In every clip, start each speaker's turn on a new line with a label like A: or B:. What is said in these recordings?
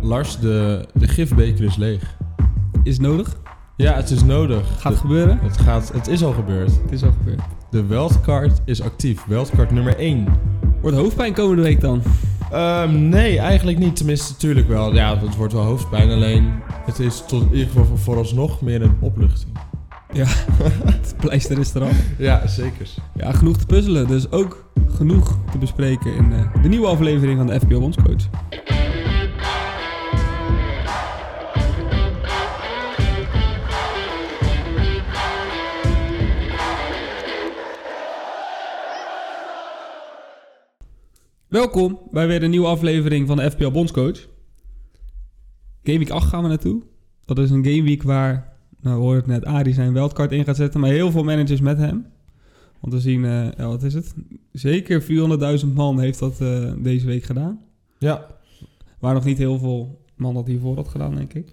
A: Lars, de, de gifbeker is leeg.
B: Is nodig.
A: Ja, het is nodig.
B: Gaat
A: De-
B: gebeuren.
A: het, gaat, het is al gebeurd.
B: Het is al gebeurd.
A: De wildcard is actief. Wildcard nummer 1.
B: Wordt hoofdpijn komende week dan?
A: Ehm, nee, eigenlijk niet. Tenminste, natuurlijk wel. Ja, het wordt wel hoofdpijn. Alleen, het is tot in ieder geval voor- vooralsnog meer een opluchting.
B: Het pleister is eraf.
A: Ja, zeker.
B: Ja, genoeg te puzzelen. Dus ook genoeg te bespreken in eh, de nieuwe aflevering van de FPL Bondscoach. Welkom bij weer een nieuwe aflevering van de FPL Bondscoach. Gameweek 8 gaan we naartoe. Dat is een gameweek waar, nou we hoorden het net, Arie zijn wildcard in gaat zetten, maar heel veel managers met hem. Want we zien, eh, ja, wat is het? Zeker 400.000 man heeft dat eh, deze week gedaan.
A: Ja.
B: Waar nog niet heel veel man dat hiervoor had gedaan, denk ik.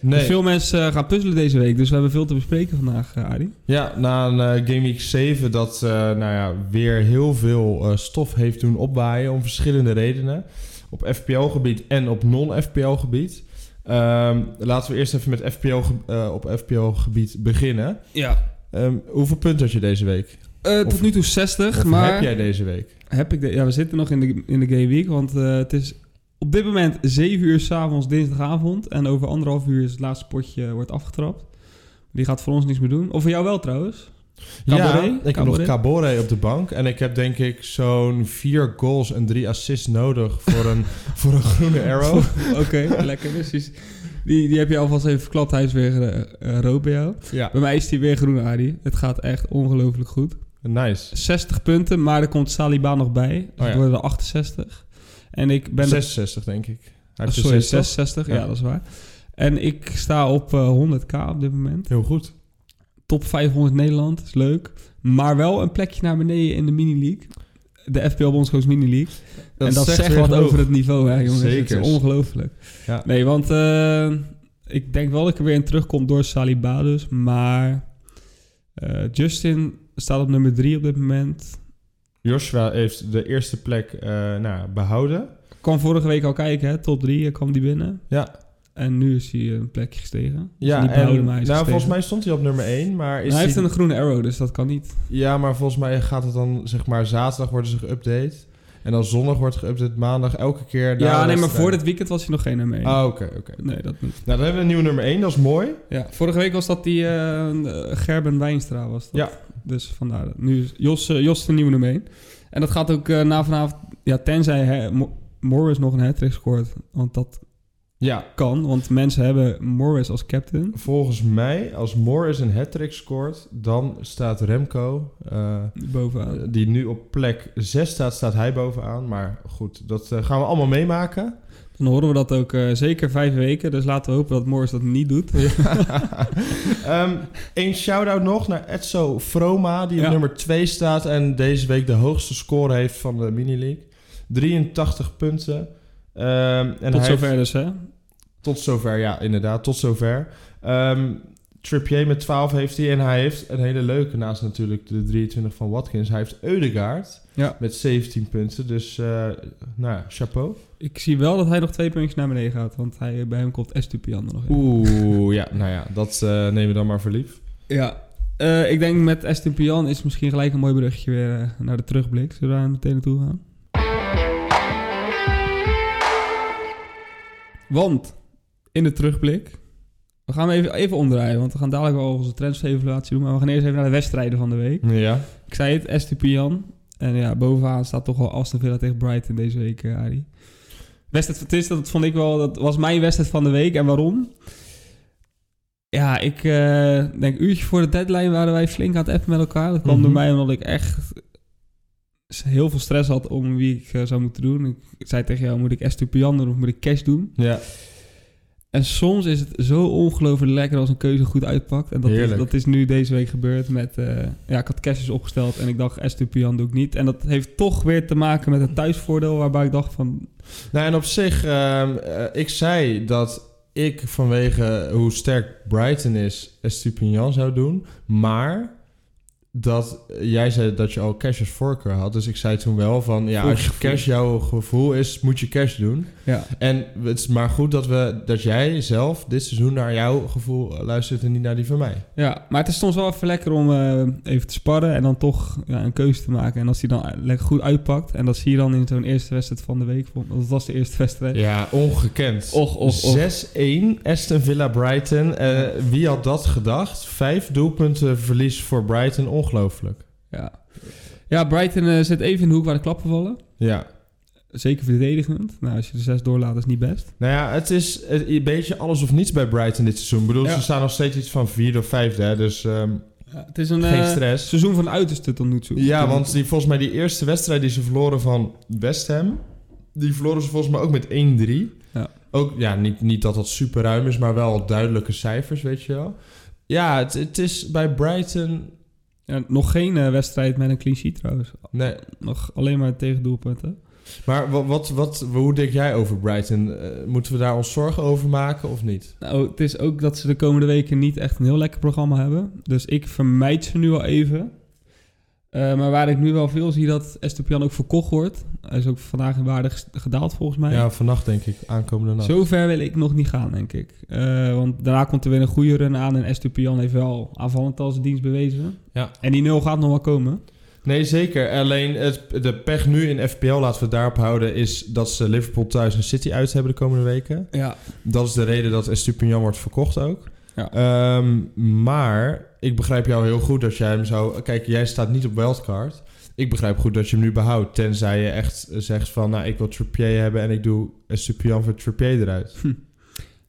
A: Nee.
B: Dus veel mensen eh, gaan puzzelen deze week, dus we hebben veel te bespreken vandaag, eh, Arie.
A: Ja, na een eh, Game Week 7 dat eh, nou ja, weer heel veel eh, stof heeft doen opwaaien om verschillende redenen. Op FPL-gebied en op non-FPL-gebied. Ehm, laten we eerst even met FPL ge- eh, op FPL-gebied beginnen.
B: Ja.
A: Ehm, hoeveel punten had je deze week? Of-
B: Eh, tot nu toe 60,
A: Of
B: maar...
A: heb jij deze week?
B: Heb ik de, ja, we zitten nog in de, in de Game Week, want eh, het is op dit moment 7 uur s'avonds dinsdagavond. En over anderhalf uur is het laatste potje eh, wordt afgetrapt. Die gaat voor ons niks meer doen. Of voor jou wel trouwens. Cabaret?
A: Ja, ik heb nog
B: Cabaret?
A: Caboret op de bank. En ik heb denk ik zo'n vier goals en drie assists nodig voor een, voor een groene arrow.
B: Oké, lekker. Dus die, is- die, die heb je alvast even verklapt. Hij is weer eh eh, rood bij jou.
A: Ja,
B: Bij mij is hij weer groen, Arie. Het gaat echt ongelooflijk goed.
A: nice.
B: 60 punten, maar er komt Saliba nog bij. Dus
A: ja.
B: het worden er 68. En ik ben er
A: 66 denk ik. Hij
B: Oh,
A: heeft er
B: sorry,
A: 60.
B: 66, ja.
A: Ja.
B: dat is waar. En ik sta op eh, 100k op dit moment.
A: Heel goed.
B: Top 500 Nederland, is leuk. Maar wel een plekje naar beneden in de mini-league. De FPL Bondscoach mini-league. En dat zegt,
A: weer
B: wat
A: genoeg.
B: over het niveau, hè jongens.
A: Zeker.
B: Het is ongelooflijk.
A: Ja.
B: Nee, want eh, ik denk wel dat ik er weer in terugkom door Saliba dus. Maar eh, Justin staat op nummer 3 op dit moment.
A: Joshua heeft de eerste plek eh, nou, behouden.
B: Kwam vorige week al kijken, hè, top 3 kwam die binnen.
A: Ja.
B: En nu is hij eh, een plekje gestegen.
A: Ja,
B: niet behouden,
A: en,
B: maar hij is
A: nou,
B: gestegen. Nou,
A: volgens mij stond hij op nummer 1, maar is
B: hij heeft
A: hij-
B: een groene arrow, dus dat kan niet.
A: Ja, maar volgens mij gaat het dan, zeg maar, zaterdag worden ze geüpdate. En dan zondag wordt geüpdate, maandag elke keer. daar
B: ja, nee, maar
A: wedstrijd.
B: voor dit weekend was hij nog geen nummer 1.
A: Ah, oké, oké.
B: Nee, dat niet.
A: Nou, dan hebben we een nieuwe nummer 1, dat is mooi.
B: Ja, vorige week was dat die eh, eh, Gerben Wijnstra, was dat?
A: Ja.
B: Dus vandaar. dat. Nu is Jos, eh, Jos de nieuwe nummer 1. En dat gaat ook eh, na vanavond... Ja, tenzij hè, Mo- Morris nog een hat-trick scoort. Want dat
A: Ja.
B: kan, want mensen hebben Morris als captain.
A: Volgens mij, als Morris een hat-trick scoort, dan staat Remco, eh,
B: Bovenaan.
A: die nu op plek 6 staat, staat hij bovenaan. Maar goed, dat eh, gaan we allemaal meemaken.
B: Dan horen we dat ook eh, zeker vijf weken. Dus laten we hopen dat Morris dat niet doet.
A: Ehm Eén shout-out nog naar Edso Froma, die op
B: Ja.
A: nummer 2 staat en deze week de hoogste score heeft van de mini-league. 83 punten. Ehm, en hij
B: Tot zover
A: Heeft,
B: dus, hè?
A: tot zover, ja, inderdaad, tot zover. Ehm Trippier met 12 heeft hij en hij heeft een hele leuke, naast natuurlijk de 23 van Watkins. Hij heeft Eudegaard
B: Ja.
A: met 17 punten, dus eh, nou ja, chapeau.
B: Ik zie wel dat hij nog twee puntjes naar beneden gaat. Want hij, bij hem komt Estupian er nog in.
A: Oeh, ja, nou ja, dat eh, nemen we dan maar voor lief.
B: Ja, eh, ik denk met Estupian is misschien gelijk een mooi bruggetje weer eh, naar de terugblik. Zullen we daar meteen naartoe gaan? Want in de terugblik, we gaan hem even, even omdraaien, want we gaan dadelijk wel onze trendsevaluatie doen. Maar we gaan eerst even naar de wedstrijden van de week.
A: Ja.
B: Ik zei het, Estupian. En ja, bovenaan staat toch wel Aston Villa tegen Brighton deze week, eh, Arie. Wedstrijd van Twist, dat vond ik wel, dat was mijn wedstrijd van de week. En waarom? Ja, ik eh, denk uurtje voor de deadline waren wij flink aan het appen met elkaar. Dat kwam
A: Mhm.
B: door mij omdat ik echt s- heel veel stress had om wie ik eh, zou moeten doen. Ik, ik zei tegen jou, moet ik Estupian doen of moet ik Cash doen?
A: Ja.
B: En soms is het zo ongelooflijk lekker als een keuze goed uitpakt. En dat is,
A: Heerlijk.
B: dat is nu deze week gebeurd met... eh, ja, ik had Cassius opgesteld en ik dacht Estupian doe ik niet. En dat heeft toch weer te maken met het thuisvoordeel... waarbij ik dacht van...
A: Nou, en op zich, ehm, eh, ik zei dat ik vanwege hoe sterk Brighton is, Estupiñan zou doen. Maar dat eh, jij zei dat je al cash als voorkeur had. Dus ik zei toen wel van, ja, als je cash jouw gevoel is, moet je cash doen.
B: Ja.
A: En het is maar goed dat, we, dat jij zelf dit seizoen naar jouw gevoel luistert en niet naar die van mij.
B: Ja, maar het is soms wel even lekker om eh, even te sparren en dan toch ja, een keuze te maken. En als die dan lekker goed uitpakt, en dat zie je dan in zo'n eerste wedstrijd van de week, want dat was de eerste wedstrijd.
A: Ja, ongekend.
B: Och, och, och.
A: 6-1, Aston Villa Brighton. Eh, wie had dat gedacht? Vijf doelpunten verlies voor Brighton, ongelooflijk.
B: Ja, ja Brighton eh, zit even in de hoek waar de klappen vallen.
A: Ja.
B: Zeker verdedigend. Nou, als je de zes doorlaat, is niet best.
A: Nou ja, het is eh, een beetje alles of niets bij Brighton dit seizoen. Ik bedoel,
B: Ja.
A: ze staan nog steeds iets van vierde of vijfde, hè, dus ehm,
B: het is een eh,
A: geen stress.
B: seizoen van uiterste tot nu toe.
A: Ja, want die, volgens mij die eerste wedstrijd die ze verloren van West Ham... die verloren ze volgens mij ook met 1-3.
B: Ja.
A: Ook, ja, niet, niet dat dat super ruim is, maar wel duidelijke cijfers, weet je wel. Ja, het, het is bij Brighton...
B: Ja, nog geen eh, wedstrijd met een clean sheet trouwens.
A: Nee,
B: Nog alleen maar tegen doelpunten.
A: maar wat, wat, wat, hoe denk jij over Brighton? Eh, moeten we daar ons zorgen over maken of niet?
B: Nou, het is ook dat ze de komende weken niet echt een heel lekker programma hebben. Dus ik vermijd ze nu al even. Eh, maar waar ik nu wel veel zie dat Estupian ook verkocht wordt. Hij is ook vandaag in waarde ges- gedaald volgens mij.
A: Ja, vannacht denk ik, aankomende nacht.
B: Zo ver wil ik nog niet gaan, denk ik. Eh, want daarna komt er weer een goede run aan. En Estupian heeft wel aanvallend als dienst bewezen.
A: Ja.
B: En die nul gaat nog wel komen.
A: Nee, zeker. Alleen het, de pech nu in FPL, laten we het daarop houden, is dat ze Liverpool thuis en City uit hebben de komende weken.
B: Ja.
A: Dat is de reden dat Estupiñan wordt verkocht ook.
B: Ja.
A: Ehm, maar ik begrijp jou heel goed dat jij hem zou... Kijk, jij staat niet op wildcard. Ik begrijp goed dat je hem nu behoudt. Tenzij je echt zegt van, nou, ik wil Trippier hebben en ik doe Estupiñan voor Trippier eruit.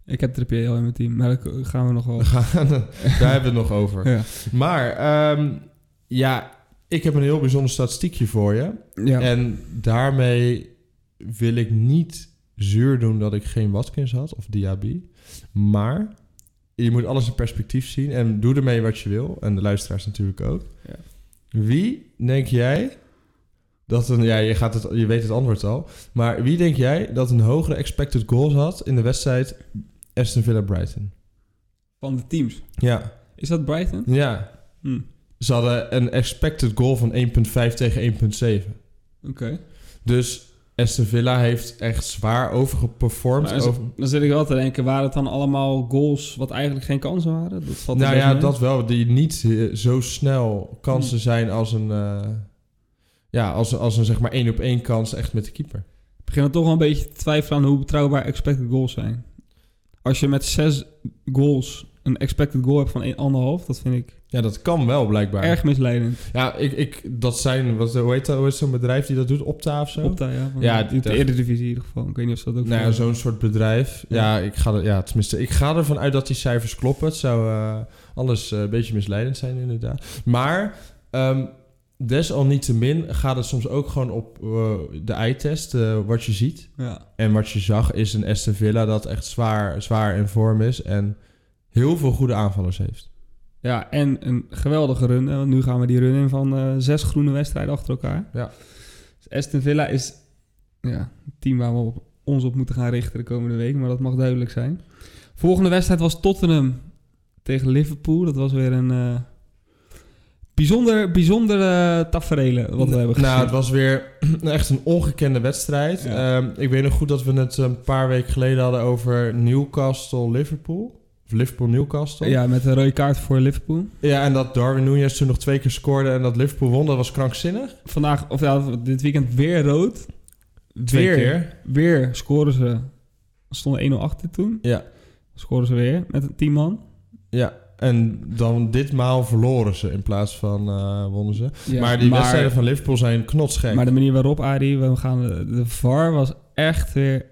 B: Ik heb Trippier al in mijn team. Maar daar gaan we nog wel.
A: We gaan- Daar hebben we het nog over.
B: Ja.
A: Maar ehm, ja, ik heb een heel bijzonder statistiekje voor je.
B: Ja.
A: En daarmee wil ik niet zuur doen dat ik geen Watkins had of Diaby. Maar je moet alles in perspectief zien en doe ermee wat je wil. En de luisteraars natuurlijk ook.
B: Ja.
A: Wie denk jij dat een... Ja, je, gaat het, je weet het antwoord al. Maar wie denk jij dat een hogere expected goals had in de wedstrijd Aston Villa-Brighton?
B: Van de teams.
A: Ja,
B: Is dat Brighton?
A: ja.
B: Hm.
A: Ze hadden een expected goal van 1.5 tegen 1.7.
B: Oké.
A: Dus Aston Villa heeft echt zwaar overgeperformed.
B: Maar is het-
A: Over-
B: Dan zit ik wel te denken, waren het dan allemaal goals wat eigenlijk geen kansen waren? Dat valt er
A: Nou
B: best
A: ja,
B: mee.
A: dat wel. Die niet eh, zo snel kansen
B: Hmm.
A: zijn als een... eh, ja, als, als een zeg maar één op één kans echt met de keeper.
B: Ik begin dan toch wel een beetje te twijfelen aan hoe betrouwbaar expected goals zijn. Als je met zes goals een expected goal hebt van een- anderhalf, dat vind ik
A: Ja, dat kan wel blijkbaar.
B: erg misleidend.
A: Ja, ik, ik, dat zijn... Wat, hoe heet dat? Hoe heet zo'n bedrijf die dat doet? Opta of zo?
B: Opta, ja. Van
A: Ja,
B: ja, in
A: dat-
B: de Eredivisie in ieder geval. Ik weet niet of ze dat ook...
A: Nou ja,
B: voor-
A: zo'n soort bedrijf. Ja, ik ga er, ja, tenminste, ik ga ervan uit dat die cijfers kloppen. Het zou eh, alles eh, een beetje misleidend zijn, inderdaad. Maar ehm, desalniettemin gaat het soms ook gewoon op eh, de eye-test, eh, wat je ziet.
B: Ja.
A: En wat je zag is een Aston Villa dat echt zwaar, zwaar in vorm is en heel veel goede aanvallers heeft.
B: ja, en een geweldige run. hè, Want nu gaan we die run in van eh, zes groene wedstrijden achter elkaar.
A: Ja.
B: Dus Aston Villa is ja, het team waar we op, ons op moeten gaan richten de komende week. Maar dat mag duidelijk zijn. Volgende wedstrijd was Tottenham tegen Liverpool. Dat was weer een eh, bijzonder, bijzonder eh, tafereel wat we hebben gezien.
A: Nou, het was weer echt een ongekende wedstrijd.
B: Ja.
A: Ehm, ik weet nog goed dat we het een paar weken geleden hadden over Newcastle-Liverpool. Of Liverpool-Newcastle.
B: ja, met een rode kaart voor Liverpool.
A: Ja, en dat Darwin Nunez toen nog twee keer scoorde en dat Liverpool won, dat was krankzinnig.
B: Vandaag, of ja, dit weekend weer rood.
A: Twee
B: weer,
A: keer.
B: Weer scoren ze. Stonden 1-0 achter toen.
A: Ja.
B: Scoren ze weer met een 10 man.
A: En dan ditmaal verloren ze in plaats van eh, wonnen ze. maar die wedstrijden van Liverpool zijn knotsgek.
B: Maar de manier waarop, Arie, we gaan de, de VAR was echt weer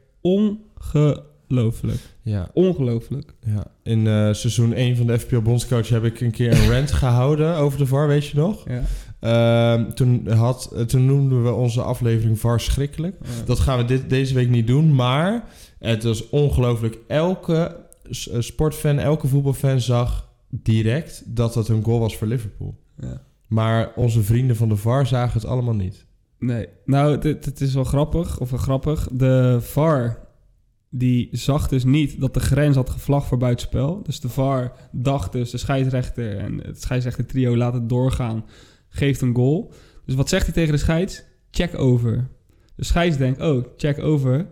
B: ongelooflijk.
A: ja,
B: Ongelooflijk.
A: ja. In eh, seizoen 1 van de FPL Bondscoach heb ik een keer een rant gehouden over de VAR, weet je nog?
B: Ja.
A: Ehm, toen, had, eh, toen noemden we onze aflevering VAR schrikkelijk. Dat gaan we dit, deze week niet doen, maar het was ongelooflijk. Elke s- eh, sportfan, elke voetbalfan zag direct dat dat een goal was voor Liverpool.
B: Ja.
A: Maar onze vrienden van de VAR zagen het allemaal niet.
B: Nee. Nou, dit, dit is wel grappig. Of wel grappig. De VAR die zag dus niet dat de grens had gevlagd voor buitenspel. Dus de VAR dacht dus, de scheidsrechter en het scheidsrechter trio laat het doorgaan, geeft een goal. Dus wat zegt hij tegen de scheids? Check over. De scheids denkt, oh, check over.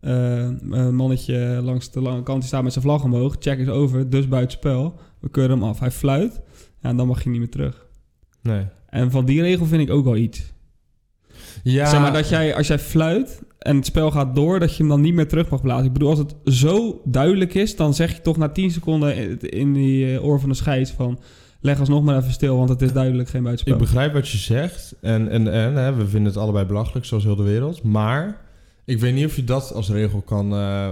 B: Eh, een mannetje langs de lange kant die staat met zijn vlag omhoog. Check is over, dus buitenspel. We keuren hem af. Hij fluit ja, en dan mag je niet meer terug.
A: Nee.
B: En van die regel vind ik ook wel iets.
A: Ja,
B: Zeg maar dat jij, als jij fluit en het spel gaat door, dat je hem dan niet meer terug mag blazen. Ik bedoel, als het zo duidelijk is, dan zeg je toch na 10 seconden in- in die eh, oor van de scheids van... Leg alsnog maar even stil, want het is duidelijk geen buitenspel.
A: ik begrijp wat je zegt. En, en, en hè, we vinden het allebei belachelijk, zoals heel de wereld. Maar ik weet niet of je dat als regel kan... eh,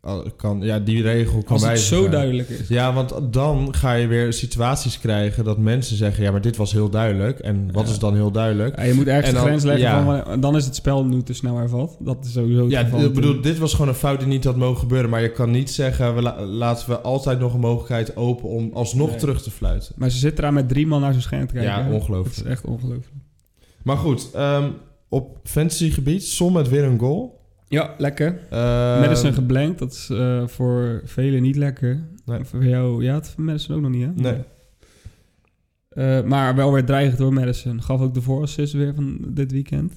A: al- kan ja, die regel kan
B: als het
A: wijzigen.
B: zo duidelijk is.
A: Ja, want dan ga je weer situaties krijgen dat mensen zeggen... ja, maar dit was heel duidelijk. En wat
B: Ja.
A: is dan heel duidelijk?
B: Ja, je moet ergens
A: En
B: de
A: dan-
B: grens leggen
A: ja.
B: van, eh, dan is het spel nu te snel hervat. Dat is sowieso het
A: Ja,
B: geval
A: ik bedoel,
B: natuurlijk.
A: dit was gewoon een fout die niet had mogen gebeuren. Maar je kan niet zeggen, we la- laten we altijd nog een mogelijkheid open om alsnog
B: Nee.
A: terug te fluiten.
B: Maar ze zit eraan met drie man naar zijn scherm te kijken.
A: Ja,
B: hè? Het
A: ongelooflijk.
B: is echt ongelooflijk.
A: Maar goed, ehm, op fantasygebied, som met weer een goal.
B: Ja, lekker.
A: Eh,
B: Madison geblankt, dat is eh, voor velen niet lekker.
A: Nee.
B: Voor jou, ja, het voor Madison ook nog niet, hè?
A: Nee.
B: Eh, maar wel weer dreigend door Madison. Gaf ook de voorassist weer van dit weekend.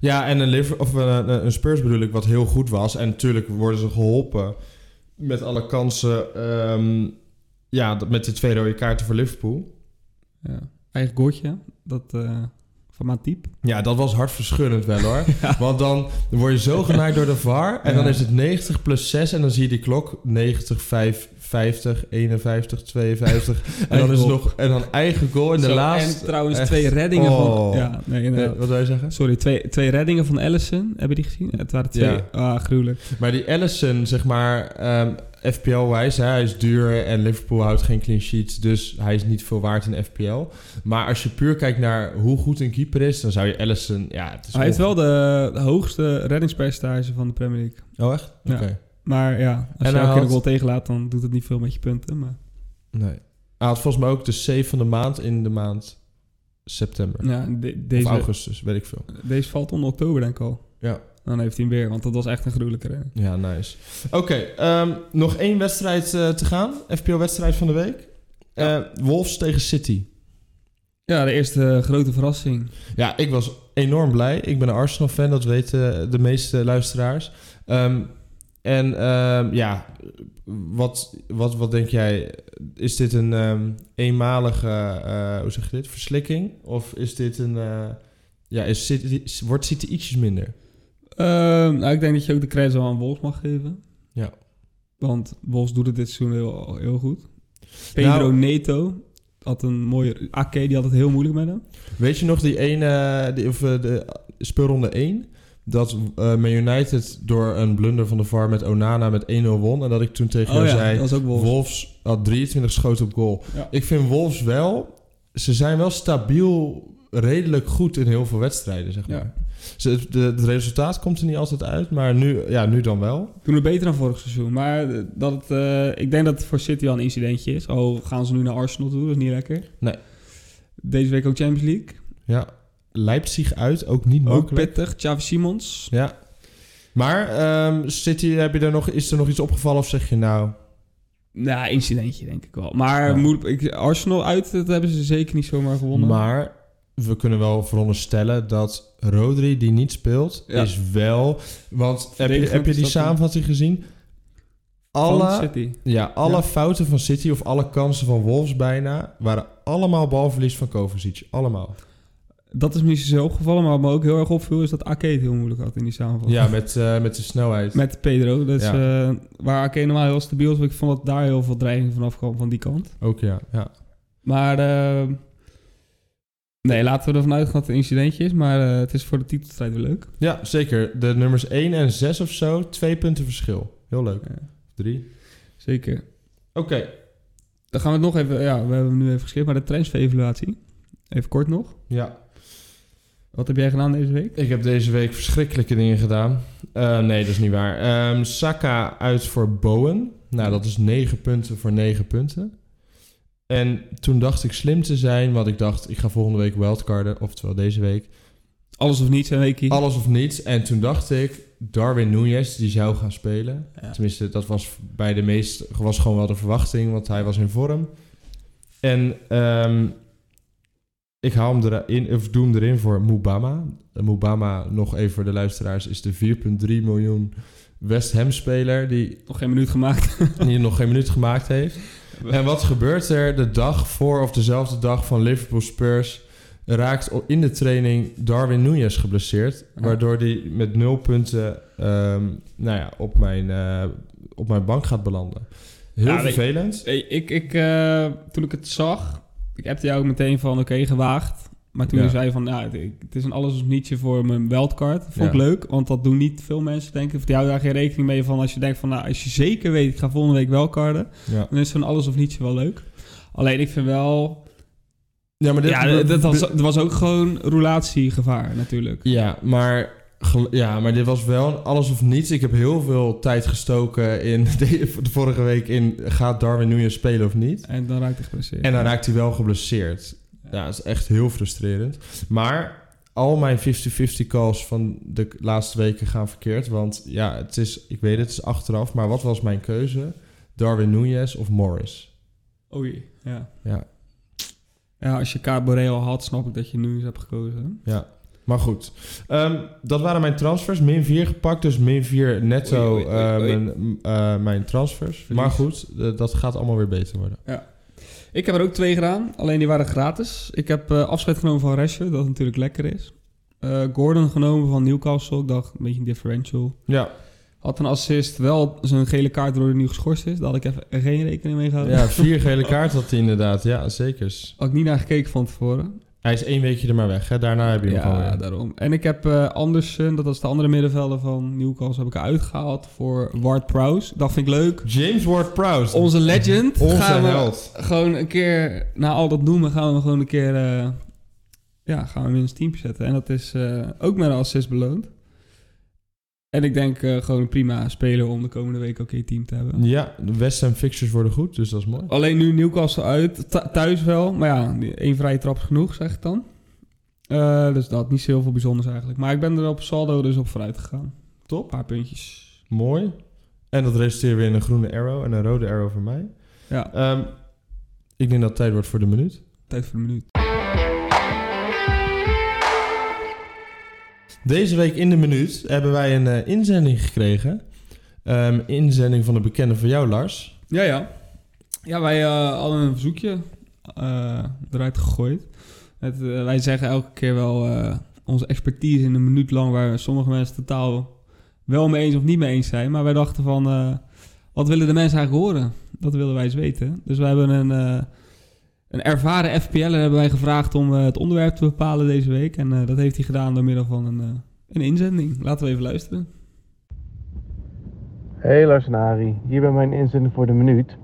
A: Ja, en een, Liver- of een, een- een Spurs bedoel ik, wat heel goed was. En natuurlijk worden ze geholpen met alle kansen. ehm, ja, dat- met de twee rode kaarten voor Liverpool.
B: Ja. Eigen gootje, dat eh, van Matip.
A: Ja, dat was hartverscheurend wel hoor. Want dan word je zo genaaid door de VAR. En
B: Ja.
A: dan is het 90 plus 6. En dan zie je die klok. 90, 5, 50, 51, 52. en dan is het
B: Eigen
A: nog... En dan eigen goal in de
B: Zo,
A: laatste...
B: En trouwens
A: echt.
B: twee reddingen
A: Oh.
B: van... Ja, nee,
A: Nee,
B: inderdaad.
A: wat wil je zeggen?
B: Sorry, twee, twee reddingen van Ellison. Heb je die gezien? Het waren twee.
A: Ja.
B: Ah, gruwelijk.
A: Maar die Allison, zeg maar... ehm, FPL-wijs, hè, hij is duur en Liverpool houdt geen clean sheets, dus hij is niet veel waard in FPL. Maar als je puur kijkt naar hoe goed een keeper is, dan zou je Allison... Ja, het is
B: Hij heeft wel de, de hoogste reddingspercentage van de Premier League.
A: Oh, echt? Oké.
B: Ja. Maar ja, als
A: En
B: je
A: hij
B: elke keer de
A: had-
B: goal tegenlaat, dan doet het niet veel met je punten. Maar
A: Nee. Hij had volgens mij ook de save van de maand in de maand september.
B: ja, de-
A: Of
B: deze,
A: augustus, weet ik veel.
B: deze valt onder oktober denk ik al.
A: Ja.
B: Dan heeft hij hem weer, want dat was echt een gruwelijke redding.
A: Ja, nice. Oké, ehm, nog één wedstrijd eh, te gaan. FPL-wedstrijd van de week. Eh, Wolves tegen City.
B: Ja, de eerste eh, grote verrassing.
A: Ja, ik was enorm blij. Ik ben een Arsenal-fan, dat weten eh, de meeste luisteraars. Ehm, en ehm, ja, wat, wat, wat denk jij? Is dit een ehm, eenmalige, eh, hoe zeg je dit, verslikking? Of is dit een, eh, ja, is City, wordt City ietsjes minder?
B: Ehm, nou, ik denk dat je ook de credits wel aan Wolves mag geven.
A: Ja.
B: Want Wolves doet het dit seizoen heel, heel goed. Pedro
A: Nou-
B: Neto had een mooie... Ake, die had het heel moeilijk met hem.
A: Weet je nog die ene, die, of eh, de speelronde 1? Dat eh Man United door een blunder van de VAR met Onana met 1-0 won. En dat ik toen tegen jou zei,
B: Oh dat was ook Wolves.
A: Wolves. had 23 schoten op goal.
B: Ja.
A: Ik vind Wolves wel... Ze zijn wel stabiel redelijk goed in heel veel wedstrijden, zeg maar.
B: Ja.
A: Ze, het- de, het resultaat komt er niet altijd uit, maar nu, ja, nu dan wel.
B: Toen het beter dan vorig seizoen. Maar eh, dat het, eh, ik denk dat het voor City wel een incidentje is. Oh, gaan ze nu naar Arsenal toe? Dat is niet lekker.
A: Nee.
B: Deze week ook Champions League.
A: Ja, Leipzig uit, ook niet
B: Ook
A: makkelijk.
B: pittig. Xavi Simons.
A: ja. Maar ehm, City, heb je daar nog, is er nog iets opgevallen of zeg je nou...
B: Nou, incidentje denk ik wel. Maar
A: Ja.
B: moet, ik, Arsenal uit, dat hebben ze zeker niet zomaar gewonnen.
A: Maar we kunnen wel veronderstellen dat Rodri, die niet speelt,
B: Ja.
A: is wel... Want heb je,
B: Verdedigend
A: heb je
B: is
A: die
B: dat een-
A: samenvatting gezien?
B: Van
A: Alle,
B: City.
A: ja, alle
B: Ja.
A: fouten van City of alle kansen van Wolves bijna... waren allemaal balverlies van Kovacic. Allemaal.
B: Dat is me niet zo opgevallen, maar wat me ook heel erg opviel is dat Ake het heel moeilijk had in die samenvatting.
A: Ja, met, eh, met de snelheid.
B: Met Pedro. Dus,
A: Ja.
B: eh, waar Ake normaal heel stabiel is, maar ik vond dat daar heel veel dreiging vanaf kwam van die kant.
A: Ook ja, ja.
B: Maar eh, nee, laten we ervan uitgaan dat het een incidentje is, maar eh, het is voor de titelstrijd weer leuk.
A: Ja, zeker. De nummers 1 en 6 of zo, twee punten verschil. Heel leuk.
B: Ja,
A: Drie.
B: zeker.
A: Oké.
B: Dan gaan we het nog even, ja, we hebben hem nu even geschikt, maar de transfer-evaluatie. Even kort nog.
A: Ja,
B: Wat heb jij gedaan deze week?
A: Ik heb deze week verschrikkelijke dingen gedaan. Eh, nee, dat is niet waar. Ehm Saka uit voor Bowen. Nou, dat is 9 punten voor 9 punten. En toen dacht ik slim te zijn, want ik dacht, ik ga volgende week wildcarden, oftewel deze week.
B: Alles of niets, hè, Weekie?
A: Alles of niets. En toen dacht ik, Darwin Núñez, die zou gaan spelen.
B: Ja.
A: Tenminste, dat was bij de meest was gewoon wel de verwachting, want hij was in vorm. En ehm, ik haal hem erin, of doe hem erin voor Mubama. Eh, Mubama, nog even voor de luisteraars, is de 4,3 miljoen West Ham speler die,
B: Nog geen minuut gemaakt.
A: die nog geen minuut gemaakt heeft. En wat gebeurt er de dag voor of dezelfde dag van Liverpool Spurs? Raakt o- in de training Darwin Núñez geblesseerd.
B: Ja.
A: Waardoor hij met nul punten ehm, nou ja, op, mijn, eh, op mijn bank gaat belanden. Heel
B: Ja, weet-
A: vervelend.
B: Hey, ik, ik, eh, toen ik het zag, ik appte jou ook meteen van, oké, gewaagd. Maar toen
A: Ja.
B: je zei van, nou, het, ik- het is een alles of nietsje voor mijn wildcard. Vond ik
A: Ja.
B: leuk, want dat doen niet veel mensen, denk ik. Of die houden daar geen rekening mee van. Als je denkt van, nou, als je zeker weet, ik ga volgende week wildcarden.
A: Ja.
B: Dan is zo'n alles of nietsje wel leuk. Alleen ik vind wel...
A: ja, maar dit-
B: ja, dat was, dat was ook gewoon relatiegevaar natuurlijk.
A: Ja, maar, gel- ja, maar dit was wel een alles of niets. Ik heb heel veel tijd gestoken in de, de vorige week in... gaat Darwin Núñez spelen of niet?
B: En dan raakt hij geblesseerd.
A: En dan raakt hij wel geblesseerd. Ja, dat is echt heel frustrerend. Maar al mijn 50-50 calls van de k- laatste weken gaan verkeerd. Want ja, het is, ik weet het, het is achteraf. Maar wat was mijn keuze? Darwin Núñez of Morris?
B: Oei, ja.
A: Ja.
B: Ja, als je Kaart Boreel had, snap ik dat je nu eens hebt gekozen.
A: Maar goed, Ehm, dat waren mijn transfers. Min 4 gepakt, dus min 4 netto
B: Oei, oei, oei,
A: eh,
B: oei.
A: mijn, m, eh, mijn transfers.
B: Verlies.
A: Maar goed, eh, dat gaat allemaal weer beter worden.
B: Ik heb er ook twee gedaan, alleen die waren gratis. Ik heb eh, afscheid genomen van Resje, dat natuurlijk lekker is. Eh, Gordon genomen van Newcastle, ik dacht een beetje een differential.
A: Ja,
B: Had een assist, wel zijn gele kaart door hij nu geschorst is. Daar had ik even geen rekening mee gehouden.
A: Oh. ja vier gele kaart had hij inderdaad. Ja, zeker.
B: Had ik niet naar gekeken van tevoren.
A: Hij is één weekje er maar weg, hè? Daarna heb je hem gewoon weer.
B: Ja, daarom. En ik heb eh Andersen, dat was de andere middenvelder van Newcastle, heb ik eruit gehaald voor Ward Prowse. Dat vind ik leuk.
A: James Ward-Prowse.
B: Onze legend.
A: Onze
B: gaan we
A: held.
B: gewoon een keer, na al dat noemen, gaan we gewoon een keer, eh, ja, gaan we hem in ons team zetten. En dat is eh, ook met een assist beloond. En ik denk eh, gewoon een prima speler om de komende week ook in je team te hebben.
A: Ja, de West Ham fixtures worden goed, dus dat is mooi.
B: Alleen nu Newcastle uit, thu- thuis wel. Maar ja, één vrije trap is genoeg, zeg ik dan. Eh, dus dat, niet zo heel veel bijzonders eigenlijk. Maar ik ben er op saldo dus op vooruit gegaan. Top. Een paar puntjes.
A: Mooi. En dat resulteert weer in een groene arrow en een rode arrow voor mij.
B: Ja,
A: Ehm, ik denk dat het tijd wordt voor de minuut.
B: tijd voor de minuut.
A: Deze week in de minuut hebben wij een eh, inzending gekregen. Ehm, inzending van de bekende van jou, Lars.
B: Ja, ja. Ja, wij eh, hadden een verzoekje eh, eruit gegooid. Het, eh, wij zeggen elke keer wel eh, onze expertise in een minuut lang... waar sommige mensen totaal wel mee eens of niet mee eens zijn. Maar wij dachten van, eh, wat willen de mensen eigenlijk horen? Dat willen wij eens weten. Dus wij hebben een, eh, een ervaren FPL'er hebben wij gevraagd... om eh, het onderwerp te bepalen deze week. En eh, dat heeft hij gedaan door middel van een, eh, een inzending. Laten we even luisteren.
C: Hey Lars en Arie, hier bij mijn inzending voor de minuut.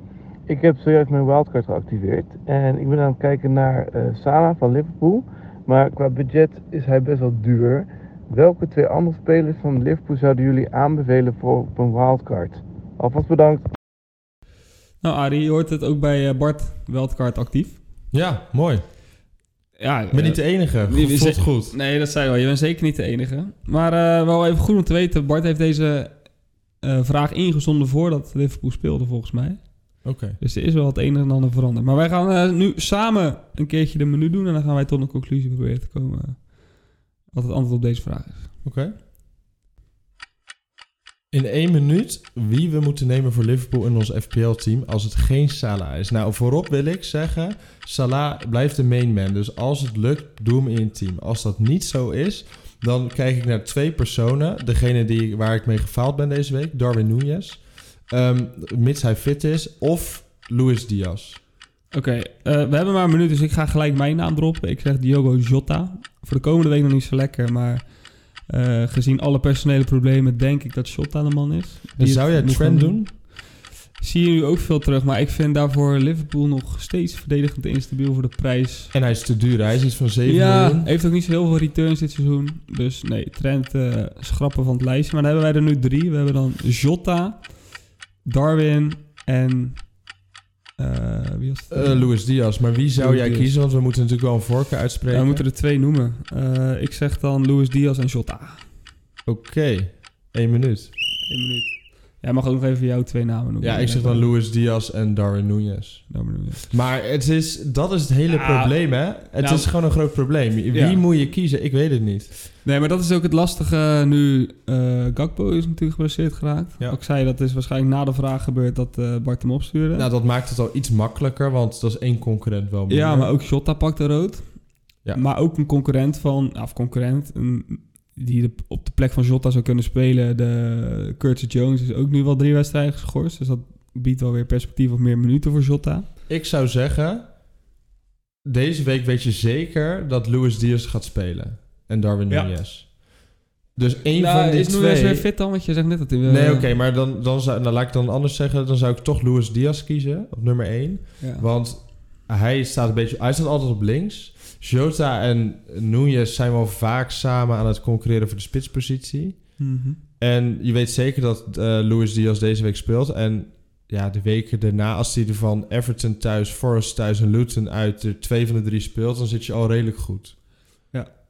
C: Ik heb zojuist mijn wildcard geactiveerd en ik ben aan het kijken naar eh Salah van Liverpool. Maar qua budget is hij best wel duur. Welke twee andere spelers van Liverpool zouden jullie aanbevelen voor op een wildcard? Alvast bedankt.
B: Nou, Arie, je hoort het ook bij eh, Bart Wildcard actief.
A: Ja, mooi.
B: Ja,
A: Ik ben
B: eh,
A: niet de enige.
B: wie- wie
A: Goed, tot
B: ze-
A: goed.
B: Nee, dat zei je wel. Je bent zeker niet de enige. Maar eh, wel even goed om te weten. Bart heeft deze eh, vraag ingezonden voordat Liverpool speelde, volgens mij.
A: Oké.
B: Dus er is wel het een en ander veranderd. Maar wij gaan eh, nu samen een keertje de menu doen. En dan gaan wij tot een conclusie proberen te komen. eh, Wat het antwoord op deze vraag is.
A: Oké. In één minuut wie we moeten nemen voor Liverpool in ons FPL-team als het geen Salah is. Nou, voorop wil ik zeggen, Salah blijft de main man. Dus als het lukt, doe hem in je team. Als dat niet zo is, dan kijk ik naar twee personen. Degene die, waar ik mee gefaald ben deze week, Darwin Núñez. Ehm, mits hij fit is. Of Luis Diaz.
B: Oké, eh, we hebben maar een minuut, dus ik ga gelijk mijn naam droppen. Ik zeg Diogo Jota. Voor de komende week nog niet zo lekker, maar eh, gezien alle personele problemen denk ik dat Jota de man is.
A: En
B: Die
A: Dus zou jij
B: het moet gaan
A: Trent doen?
B: Zie je nu ook veel terug, maar ik vind daarvoor Liverpool nog steeds verdedigend instabiel voor de prijs.
A: En hij is te duur. Hij is iets van 7
B: Ja,
A: miljoen.
B: heeft ook niet zo heel veel returns dit seizoen. Dus nee, Trent eh, schrappen van het lijstje. Maar dan hebben wij er nu drie. We hebben dan Jota, Darwin en Eh, wie was het?
A: Eh Luis Diaz. Maar wie zou
B: Luis
A: jij
B: Diaz.
A: kiezen? Want we moeten natuurlijk wel een voorkeur
B: Ja,
A: uitspreken.
B: we moeten er twee noemen. Eh, ik zeg dan Luis Diaz en Jota.
A: Oké, één minuut.
B: Eén minuut. Jij mag ook nog even jouw twee namen noemen.
A: Ja, ik zeg dan Luis Diaz en Darwin Nunez.
B: Nou, maar noem je.
A: Maar het is, dat is het hele
B: Ja.
A: probleem, hè? Het
B: Ah. Nou,
A: is gewoon een groot probleem. Wie
B: ja.
A: moet je kiezen? Ik weet het niet.
B: Nee, maar dat is ook het lastige nu. eh, Gakpo is natuurlijk geblesseerd geraakt.
A: Ja.
B: Ook zei dat is waarschijnlijk na de vraag gebeurd dat eh, Bart hem opstuurde.
A: Nou, dat maakt het al iets makkelijker, want dat is één concurrent wel meer.
B: ja, maar ook Jota pakte rood.
A: Ja.
B: Maar ook een concurrent van... Of concurrent, een- die de- op de plek van Jota zou kunnen spelen. De Curtis Jones is ook nu wel drie wedstrijden geschorst. Dus dat biedt wel weer perspectief of meer minuten voor Jota.
A: Ik zou zeggen, deze week weet je zeker dat Luis Diaz gaat spelen. En Darwin
B: Ja.
A: Nunez. Dus één
B: Nou,
A: van die
B: is
A: twee...
B: Nunes weer fit dan? Want je zegt net dat hij... weer-
A: Nee, oké, maar dan, dan, zou, nou, laat ik dan anders zeggen. Dan zou ik toch Luis Diaz kiezen, op nummer één.
B: Ja.
A: Want hij staat een beetje... Hij staat altijd op links. Jota en Nunez zijn wel vaak samen aan het concurreren voor de spitspositie.
B: Mhm.
A: En je weet zeker dat eh Luis Diaz deze week speelt. En ja, de weken daarna, als hij er van Everton thuis, Forest thuis en Luton uit de twee van de drie speelt, dan zit je al redelijk goed.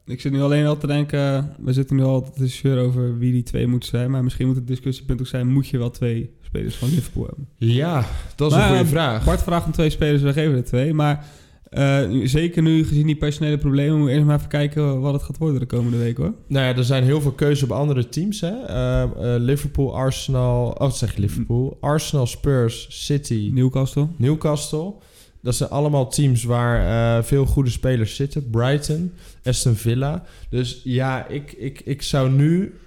B: Ik zit nu alleen al te denken, we zitten nu al te discussiëren over wie die twee moeten zijn. Maar misschien moet het discussiepunt ook zijn, moet je wel twee spelers van Liverpool hebben?
A: Ja, dat is
B: Maar,
A: een goede
B: eh,
A: vraag.
B: Bart vraagt om twee spelers, we geven er twee. Maar eh, nu- zeker nu, gezien die personele problemen, moet je eerst maar even kijken wat het gaat worden de komende week hoor.
A: Nou ja, er zijn heel veel keuzes op andere teams. Hè? Ehm, eh, Liverpool, Arsenal. Oh, wat zeg je Liverpool? Arsenal, Spurs, City,
B: Newcastle.
A: Newcastle. Dat zijn allemaal teams waar eh, veel goede spelers zitten. Brighton, Aston Villa. Dus ja, ik, ik, ik zou nu...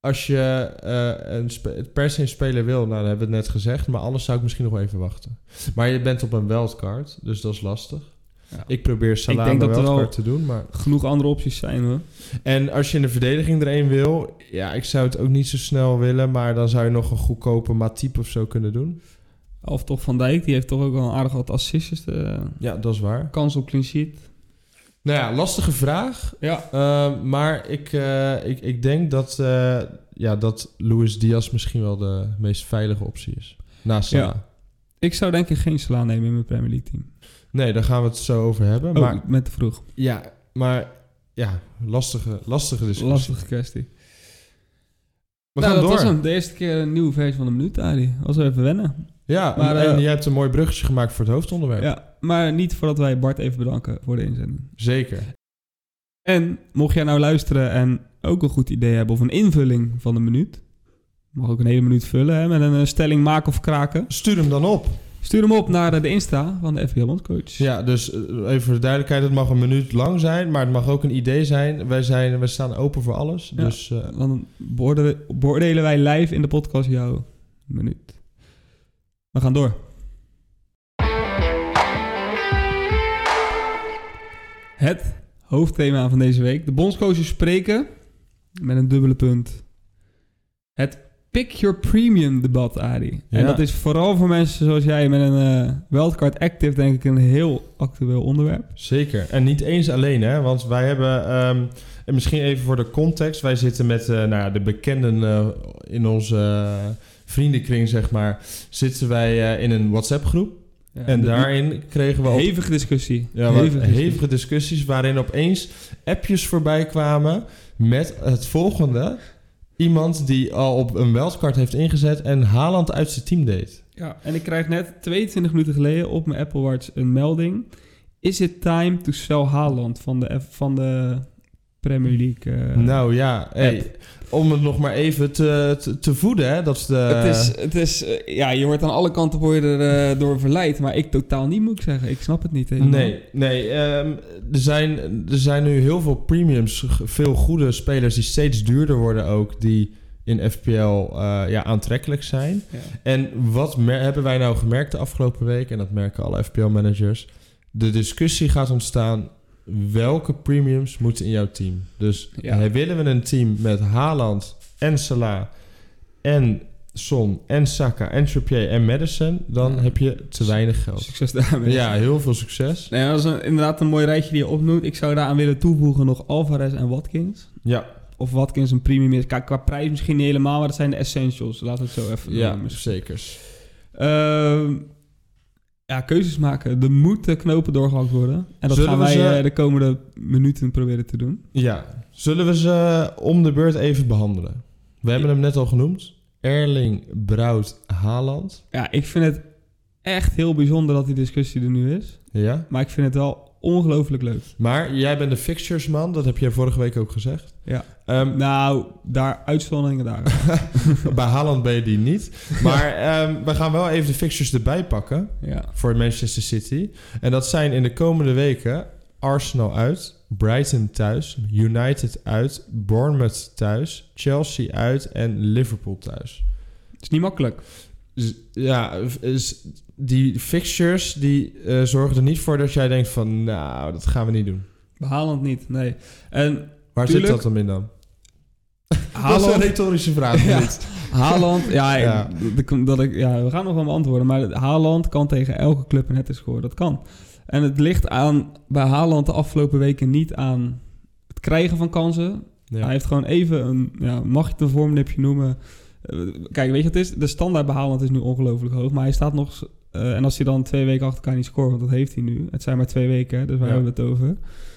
A: Als je eh, een spe- per se een speler wil, nou, dat hebben we het net gezegd. Maar anders zou ik misschien nog wel even wachten. Maar je bent op een wildcard, dus dat is lastig.
B: Ja.
A: Ik probeer Salah
B: denk
A: een
B: dat er wel-
A: wildcard te doen, maar...
B: Genoeg andere opties zijn hoor.
A: En als je in de verdediging er een wil... Ja, ik zou het ook niet zo snel willen. Maar dan zou je nog een goedkope Matip of zo kunnen doen.
B: Of toch Van Dijk, die heeft toch ook wel aardig wat assistjes. eh,
A: Ja, dat is waar.
B: kans op clean sheet.
A: Nou ja, lastige vraag.
B: Ja.
A: Ehm, maar ik, eh, ik, ik denk dat, eh, ja, dat Luis Diaz misschien wel de meest veilige optie is. Naast Salah.
B: Ja. Ik zou denk ik geen sla nemen in mijn Premier League team.
A: Nee, daar gaan we het zo over hebben.
B: Oh,
A: Maar
B: met te vroeg.
A: ja, maar, ja lastige, lastige discussie.
B: Lastige kwestie.
A: Dus- We
B: nou,
A: gaan
B: dat
A: door.
B: was hem. De eerste keer een nieuwe versie van de minuut, Arie. Was wel even wennen.
A: Ja,
B: Maar,
A: en
B: eh,
A: jij hebt een mooi bruggetje gemaakt voor het hoofdonderwerp.
B: Ja, maar niet voordat wij Bart even bedanken voor de inzending.
A: Zeker.
B: En mocht jij nou luisteren en ook een goed idee hebben of een invulling van de minuut. Mag ook een hele minuut vullen hè, met een eh, stelling maken of kraken.
A: Stuur hem dan op.
B: Stuur hem op naar eh, de Insta van de FBL Bondcoach.
A: Ja, dus eh, even voor de duidelijkheid, het mag een minuut lang zijn, maar het mag ook een idee zijn. Wij, zijn, wij staan open voor alles.
B: Ja.
A: Dus eh,
B: Dan beoorde- beoordelen wij live in de podcast jouw minuut. We gaan door. Het hoofdthema van deze week. De bondscoaches spreken met een dubbele punt. Het pick your premium debat, Arie.
A: Ja.
B: En dat is vooral voor mensen zoals jij met een eh wildcard active denk ik een heel actueel onderwerp.
A: Zeker. En niet eens alleen, hè? Want wij hebben. ehm, en misschien even voor de context. Wij zitten met eh, nou, ja, de bekenden eh, in onze eh, vriendenkring, zeg maar. Zitten wij eh, in een WhatsApp-groep. en daarin kregen we. Op,
B: Hevige discussie.
A: ja, wat
B: Hevige discussie.
A: hevige discussies waarin opeens appjes voorbij kwamen met het volgende. Iemand die al op een wildcard heeft ingezet en Haaland uit zijn team deed.
B: Ja, en ik krijg net 22 minuten geleden op mijn Apple Watch een melding. Is it time to sell Haaland van de, F- van de Premier League? eh?
A: nou ja, hey, om het nog maar even te, te, te voeden, hè? Dat is de,
B: het is, het is, eh, ja, je wordt aan alle kanten word je er, eh, door verleid, maar ik totaal niet moet ik zeggen. Ik snap het niet helemaal.
A: Nee, nee ehm, er, zijn, er zijn nu heel veel premiums, g- veel goede spelers die steeds duurder worden ook, die in FPL eh, ja, aantrekkelijk zijn.
B: Ja.
A: En wat mer- hebben wij nou gemerkt de afgelopen week, en dat merken alle FPL-managers, de discussie gaat ontstaan, welke premiums moeten in jouw team? Dus
B: Ja.
A: eh, willen we een team met Haaland en Salah en Son en Saka en Trippier en Madison, dan
B: Ja.
A: heb je te weinig geld.
B: Succes daarmee.
A: Ja, heel veel succes.
B: Nee, dat is een- inderdaad een mooi rijtje die je opnoemt. Ik zou daaraan willen toevoegen nog Alvarez en Watkins.
A: Ja,
B: Of Watkins een premium is. Kijk, qua prijs misschien niet helemaal, maar dat zijn de essentials. Laat het zo even
A: Ja,
B: noemen.
A: zekers.
B: Ehm, ja, keuzes maken. Er moeten knopen doorgehakt worden. En dat
A: Zullen
B: gaan
A: we
B: wij
A: ze-
B: eh, de komende minuten proberen te doen.
A: Ja, zullen we ze om de beurt even behandelen? We hebben hem net al genoemd. Erling Braut Haaland.
B: Ja, ik vind het echt heel bijzonder dat die discussie er nu is.
A: Ja.
B: Maar ik vind het wel ongelooflijk leuk.
A: Maar jij bent de fixturesman, dat heb jij vorige week ook gezegd.
B: Ja.
A: Ehm,
B: Nou, daar uitzonderingen daar.
A: bij Haaland ben je die niet. Maar ehm, we gaan wel even de fixtures erbij pakken
B: ja.
A: voor Manchester City. En dat zijn in de komende weken Arsenal uit, Brighton thuis, United uit, Bournemouth thuis, Chelsea uit en Liverpool thuis.
B: Het is niet makkelijk.
A: Z- ja, is- die fixtures die eh, zorgen er niet voor dat jij denkt van... nou, dat gaan we niet doen.
B: Bij Haaland niet, nee. En
A: Waar
B: Tuurlijk.
A: zit dat dan in dan? Dat is een
B: Haaland...
A: retorische vraag.
B: Ja.
A: niet?
B: Haaland, ja, ik-
A: Ja.
B: dat- Dat ik, ja, we gaan nog wel beantwoorden. Maar Haaland kan tegen elke club een hat scoren. Dat kan. En het ligt aan, bij Haaland de afgelopen weken niet aan het krijgen van kansen. Hij
A: Ja.
B: heeft gewoon even een, ja, mag je het een vormnipje noemen? Eh, Kijk, weet je wat het is? De standaard bij Haaland is nu ongelooflijk hoog. Maar hij staat nog... s- eh, en als hij dan twee weken achter elkaar niet scoort, want dat heeft hij nu. Het zijn maar twee weken, hè, dus waar
A: Ja.
B: hebben we het over?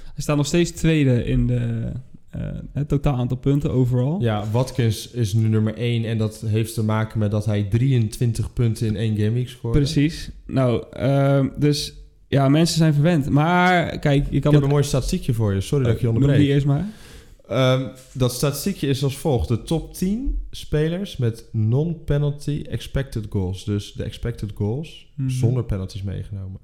B: Hij staat nog steeds tweede in de, eh, het totaal aantal punten overal.
A: ja, Watkins is nu nummer 1 en dat heeft te maken met dat hij 23 punten in één game week scoorde.
B: Precies. Nou, ehm, dus ja, mensen zijn verwend. Maar kijk, je
A: Ik heb
B: kan het... Eh,
A: een mooi statistiekje voor je. Sorry dat ik je
B: Noem die
A: onderbreek.
B: eerst maar.
A: Ehm, dat statistiekje is als volgt. De top 10 spelers met non-penalty expected goals. Dus de expected goals
B: Mhm.
A: zonder penalties meegenomen.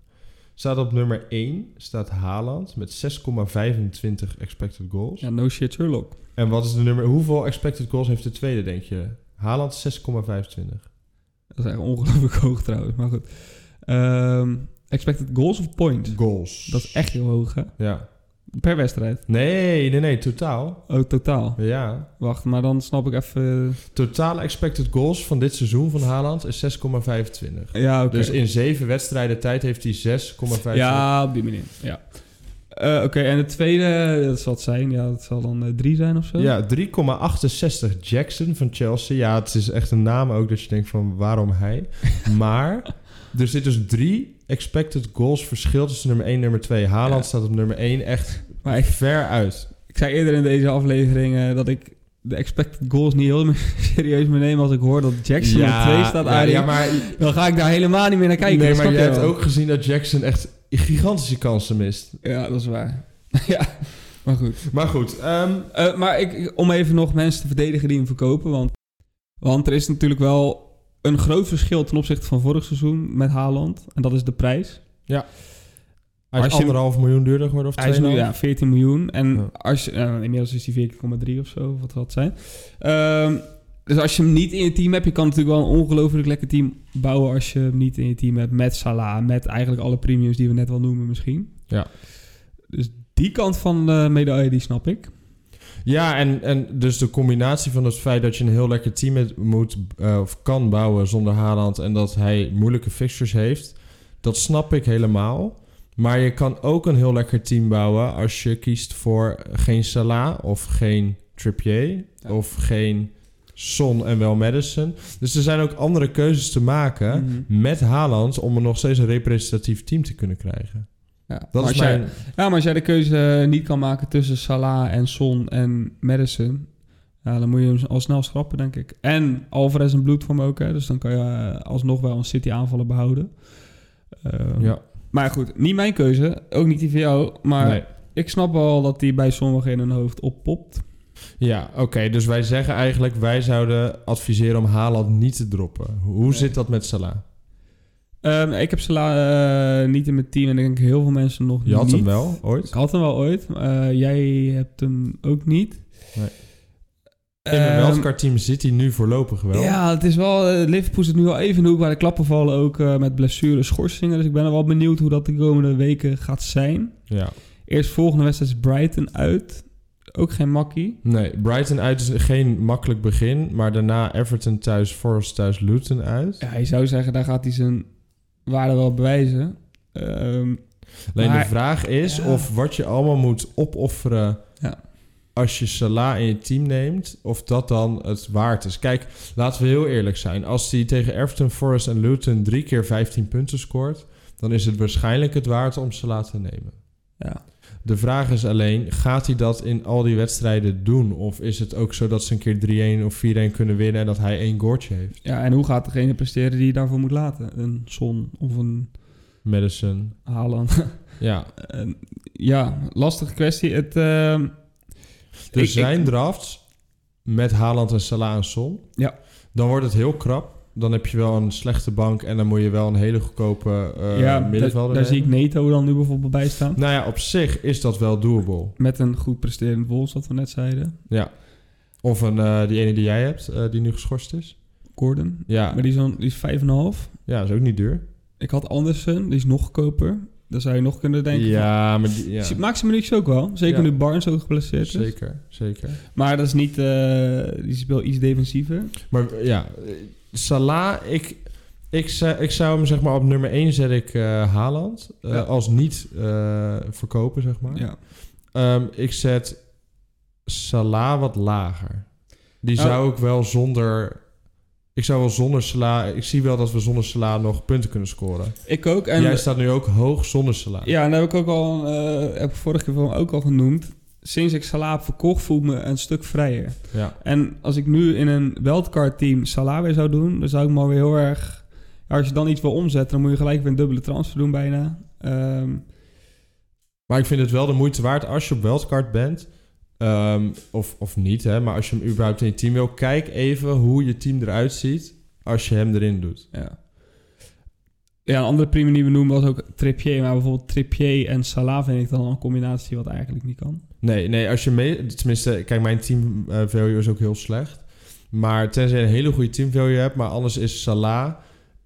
A: Staat op nummer 1 staat Haaland met 6,25 expected goals.
B: Ja, no shit Sherlock.
A: En wat is de nummer? Hoeveel expected goals heeft de tweede, denk je? Haaland 6,25.
B: Dat is echt ongelooflijk hoog trouwens, maar goed. Ehm, expected goals of points?
A: Goals.
B: Dat is echt heel hoog, hè?
A: Ja.
B: Per wedstrijd.
A: Nee, nee, nee, totaal.
B: Oh, totaal.
A: Ja.
B: Wacht, maar dan snap ik even...
A: Totale expected goals van dit seizoen van Haaland is 6,25.
B: Ja, oké.
A: Dus in zeven wedstrijden tijd heeft hij 6,25.
B: Ja, op die manier. Ja. Eh, oké, en de tweede, dat zal het zijn. Ja, dat zal dan eh, drie zijn of zo.
A: Ja, 3,68 Jackson van Chelsea. Ja, het is echt een naam ook dat je denkt van waarom hij. Maar er zit dus drie expected goals verschil tussen nummer 1 en nummer 2. Haaland
B: Ja.
A: staat op nummer 1 echt
B: Maar ik,
A: ver uit.
B: ik zei eerder in deze aflevering eh, dat ik de expected goals niet heel serieus me neem als ik hoor dat Jackson op twee staat.
A: ja,
B: Arie.
A: ja, maar,
B: Dan ga ik daar helemaal niet meer naar kijken.
A: nee,
B: dat
A: maar
B: snap
A: je hebt
B: wel.
A: ook gezien dat Jackson echt gigantische kansen mist.
B: Ja, dat is waar. ja, maar goed.
A: Maar goed, ehm,
B: Eh, maar ik- ik, om even nog mensen te verdedigen die hem verkopen. Want, want er is natuurlijk wel een groot verschil ten opzichte van vorig seizoen met Haaland. En dat is de prijs.
A: hij is
B: Als je-
A: anderhalf miljoen duurder geworden of
B: Hij is nu
A: 2,5.
B: ja, 14 miljoen. En
A: Ja.
B: als je, nou, inmiddels is hij 14,3 of zo, of wat dat zijn. Ehm, dus als je hem niet in je team hebt, je kan natuurlijk wel een ongelooflijk lekker team bouwen als je hem niet in je team hebt. Met Salah, met eigenlijk alle premiums die we net wel noemen misschien.
A: Ja.
B: Dus die kant van de medaille, die snap ik.
A: Ja, en, en dus de combinatie van het feit dat je een heel lekker team met- moet eh, of kan bouwen zonder Haaland en dat hij moeilijke fixtures heeft, dat snap ik helemaal. Maar je kan ook een heel lekker team bouwen als je kiest voor geen Salah of geen Trippier
B: Ja.
A: of geen Son en wel Madison. Dus er zijn ook andere keuzes te maken
B: Mhm.
A: met Haaland om er nog steeds een representatief team te kunnen krijgen.
B: Ja.
A: Dat
B: Maar
A: is
B: als jij-
A: mijn...
B: Ja, Nou, maar als jij de keuze eh, niet kan maken tussen Salah en Son en Madison... Ja, dan moet je hem al snel schrappen, denk ik. En Alvarez een bloedvorm ook, hè. Dus dan kan je eh, alsnog wel een City aanvallen behouden. Ehm,
A: Ja.
B: Maar goed, niet mijn keuze. Ook niet die van jou. Maar
A: nee.
B: ik snap wel dat die bij sommigen in hun hoofd oppopt.
A: Ja, oké. dus wij zeggen eigenlijk... wij zouden adviseren om Haaland niet te droppen. Hoe
B: Nee.
A: zit dat met Salah?
B: Ehm, ik heb Salah eh, niet in mijn team en ik denk heel veel mensen nog
A: Je had
B: niet.
A: hem wel ooit?
B: Ik had hem wel ooit. Eh, jij hebt hem ook niet.
A: Nee. In mijn
B: Ehm,
A: wildcard-team zit hij nu voorlopig wel.
B: Ja, het is wel. eh, Liverpool zit nu al even in de hoek waar de klappen vallen. Ook eh, met blessures, schorsingen. Dus ik ben er wel benieuwd hoe dat de komende weken gaat zijn.
A: Ja.
B: Eerst volgende wedstrijd is Brighton uit. Ook geen makkie.
A: Nee, Brighton uit is geen makkelijk begin... maar daarna Everton thuis, Forest thuis, Luton uit.
B: Ja, je zou zeggen, daar gaat hij zijn waarde wel bewijzen. Ehm,
A: Alleen
B: Maar-
A: de vraag is
B: Ja.
A: of wat je allemaal moet opofferen...
B: Ja.
A: als je Salah in je team neemt... of dat dan het waard is. Kijk, laten we heel eerlijk zijn. Als hij tegen Everton, Forest en Luton... drie keer 15 punten scoort... dan is het waarschijnlijk het waard om ze laten nemen.
B: Ja.
A: De vraag is alleen, gaat hij dat in al die wedstrijden doen? Of is het ook zo dat ze een keer 3-1 of 4-1 kunnen winnen en dat hij één goaltje heeft?
B: ja, en hoe gaat degene presteren die je daarvoor moet laten? Een Son of een
A: Madison.
B: Haaland?
A: Ja,
B: Eh, ja, lastige kwestie. Het, ehm,
A: er
B: Dus Ik-
A: Dus zijn
B: ik-
A: drafts met Haaland en Salah en Son.
B: Ja.
A: Dan wordt het heel krap. Dan heb je wel een slechte bank en dan moet je wel een hele goedkope eh
B: ja, daar,
A: middenvelder
B: daar zie ik
A: nemen.
B: Neto dan nu bijvoorbeeld bij staan.
A: Nou ja, op zich is dat wel doable.
B: Met een goed presterend Wolves, wat we net zeiden.
A: Of een, eh, die ene die jij hebt, eh, die nu geschorst is.
B: Gordon.
A: Ja,
B: Maar die is, dan, die is 5,5.
A: ja is ook niet duur.
B: Ik had Andersen, die is nog goedkoper. Dan zou je nog kunnen denken.
A: ja, maar die, ja.
B: van, Maakt zijn minuutjes ook wel. Zeker
A: Ja.
B: nu Barnes ook geblesseerd is.
A: zeker, zeker.
B: Maar dat is niet... eh, die speelt iets defensiever.
A: Maar eh, ja, eh, Salah, ik, ik, zou- ik zou hem zeg maar op nummer 1 zet ik eh, Haaland. eh,
B: Ja.
A: Als niet eh, verkopen, zeg maar.
B: Ja.
A: Ehm, ik zet Salah wat lager. Die
B: Oh.
A: zou ik wel zonder... Ik zou wel zonder Salah... Ik zie wel dat we zonder Salah nog punten kunnen scoren.
B: Ik ook. En
A: Jij staat nu ook hoog zonder Salah.
B: Ja, en dat heb ik ook al, eh heb ik vorige keer van ook al genoemd. Sinds ik Salah heb verkocht, voel ik me een stuk vrijer.
A: Ja.
B: En als ik nu in een wildcard team Salah weer zou doen, dan zou ik me weer heel erg... ja, Als je dan iets wil omzetten, dan moet je gelijk weer een dubbele transfer doen bijna. Ehm,
A: Maar ik vind het wel de moeite waard als je op wildcard bent. ehm, of, of niet, hè. Maar als je hem überhaupt in je team wil... Kijk even hoe je team eruit ziet als je hem erin doet.
B: ja. ja, een andere prima die we noemen was ook Trippier. Maar bijvoorbeeld Trippier en Salah vind ik dan al een combinatie wat eigenlijk niet kan.
A: Nee, nee, als je mee... Tenminste, kijk, mijn team eh, value is ook heel slecht. Maar tenzij je een hele goede team value hebt... Maar anders is Salah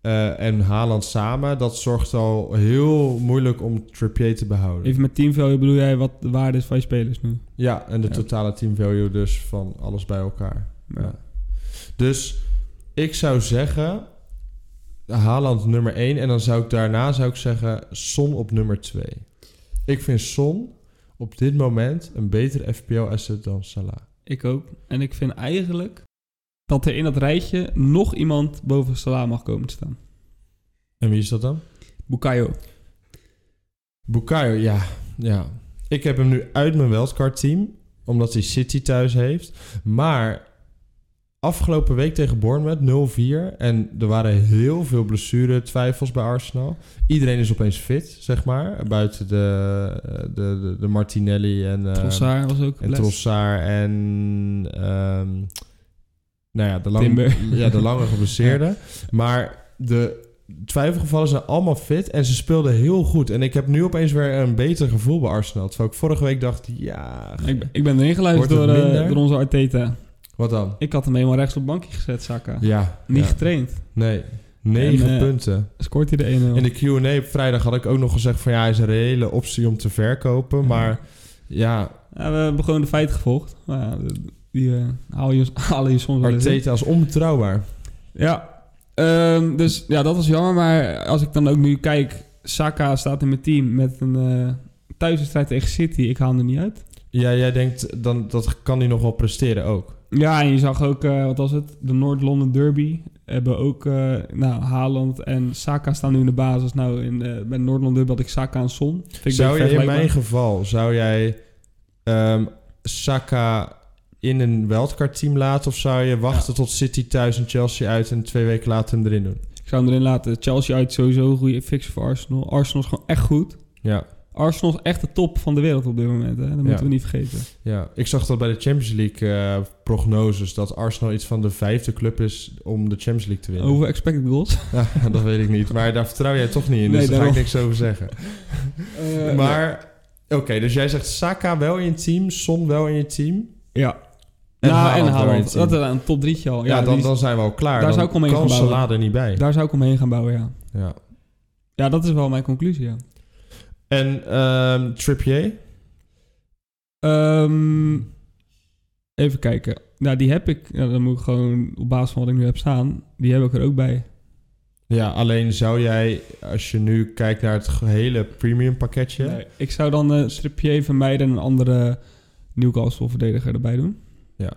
A: eh, en Haaland samen... Dat zorgt al heel moeilijk om Trippier te behouden.
B: Even met teamvalue bedoel jij wat de waarde is van je spelers nu?
A: Ja, en de
B: Ja.
A: totale team value dus van alles bij elkaar. Ja. Dus ik zou zeggen... Haaland nummer 1. En dan zou ik daarna zou ik zeggen... Son op nummer 2. Ik vind Son op dit moment... een betere FPL-asset dan Salah.
B: Ik ook. En ik vind eigenlijk dat er in dat rijtje nog iemand boven Salah mag komen te staan.
A: En wie is dat dan?
B: Bukayo.
A: Ehm, Bukayo, ja. ja. Ik heb hem nu uit mijn wildcard-team... omdat hij City thuis heeft. Maar afgelopen week tegen Bournemouth 0-4... en er waren heel veel blessure-twijfels bij Arsenal. Iedereen is opeens fit, zeg maar. Buiten de, de, de, de Martinelli en... eh,
B: Trossard was ook
A: en
B: les.
A: Trossard en... ehm, nou ja, de lange,
B: Timber.
A: ja, de lange geblesseerde. Maar de twijfelgevallen zijn allemaal fit en ze speelden heel goed. En ik heb nu opeens weer een beter gevoel bij Arsenal. Terwijl ik vorige week dacht, ja...
B: Ik, ben- ik ben erin geluisterd
A: Wordt
B: door,
A: het
B: eh,
A: minder?
B: door onze Arteta.
A: Wat dan?
B: Ik had hem helemaal rechts op het bankje gezet, Saka.
A: Ja.
B: Niet
A: ja.
B: getraind.
A: Nee. 9
B: En, eh,
A: punten.
B: Scoort hij de 1-0.
A: In de Q&A op vrijdag had ik ook nog gezegd van... ja, hij is een reële optie om te verkopen. Maar ja,
B: Ja, we hebben gewoon de feit gevolgd. Maar ja, de- die eh haal je, halen je soms wel eens in.
A: Arteta is onbetrouwbaar.
B: Ja. Ehm, dus ja, dat was jammer. Maar als ik dan ook nu kijk... Saka staat in mijn team met een eh thuiswedstrijd tegen City. Ik haal hem er niet uit.
A: Ja, jij denkt, dan, dat kan hij nog wel presteren ook.
B: Ja, en je zag ook, eh, wat was het? De Noord-London Derby. Hebben ook, eh, nou, Haaland en Saka staan nu in de basis. Nou, in, eh, bij de Noord-London Derby had ik Saka en Son. Vind ik
A: zou
B: een
A: je in
B: vergelijkbaar.
A: mijn geval, zou jij ehm, Saka in een wildcard team laten? Of zou je wachten tot City thuis en Chelsea uit en twee weken later hem erin doen?
B: Ik zou hem erin laten. Chelsea uit sowieso een goede fixer voor Arsenal. Arsenal is gewoon echt goed.
A: Ja.
B: Arsenal is echt de top van de wereld op dit moment. Hè? Dat moeten
A: Ja.
B: we niet vergeten.
A: ja. Ik zag dat bij de Champions League eh, prognoses dat Arsenal iets van de vijfde club is om de Champions League te winnen.
B: Over expected goals.
A: Ja, dat weet ik niet, maar daar vertrouw jij toch niet in, dus daar
B: Nee,
A: ga ik
B: daarom.
A: niks over zeggen.
B: Eh,
A: maar, oké, dus jij zegt Saka wel in je team, Son wel in je team.
B: Ja.
A: En
B: En nou,
A: Haaland wel
B: en
A: in het
B: Haaland.
A: team.
B: Dat is een top drietje al.
A: Ja,
B: Ja,
A: dan,
B: die-
A: dan zijn we al klaar.
B: daar
A: Dan
B: zou ik omheen
A: kan
B: gaan bouwen.
A: Salah er niet bij.
B: Daar zou ik omheen gaan bouwen, ja.
A: Ja.
B: Ja, dat is wel mijn conclusie, ja.
A: En ehm Trippier?
B: Ehm, even kijken. Nou, die heb ik. Ja, dan moet ik gewoon op basis van wat ik nu heb staan. Die heb ik er ook bij.
A: Ja, alleen zou jij, als je nu kijkt naar het gehele premium pakketje...
B: Nee, ik zou dan eh, een stripje vermijden en een andere Newcastle-verdediger erbij doen.
A: Ja.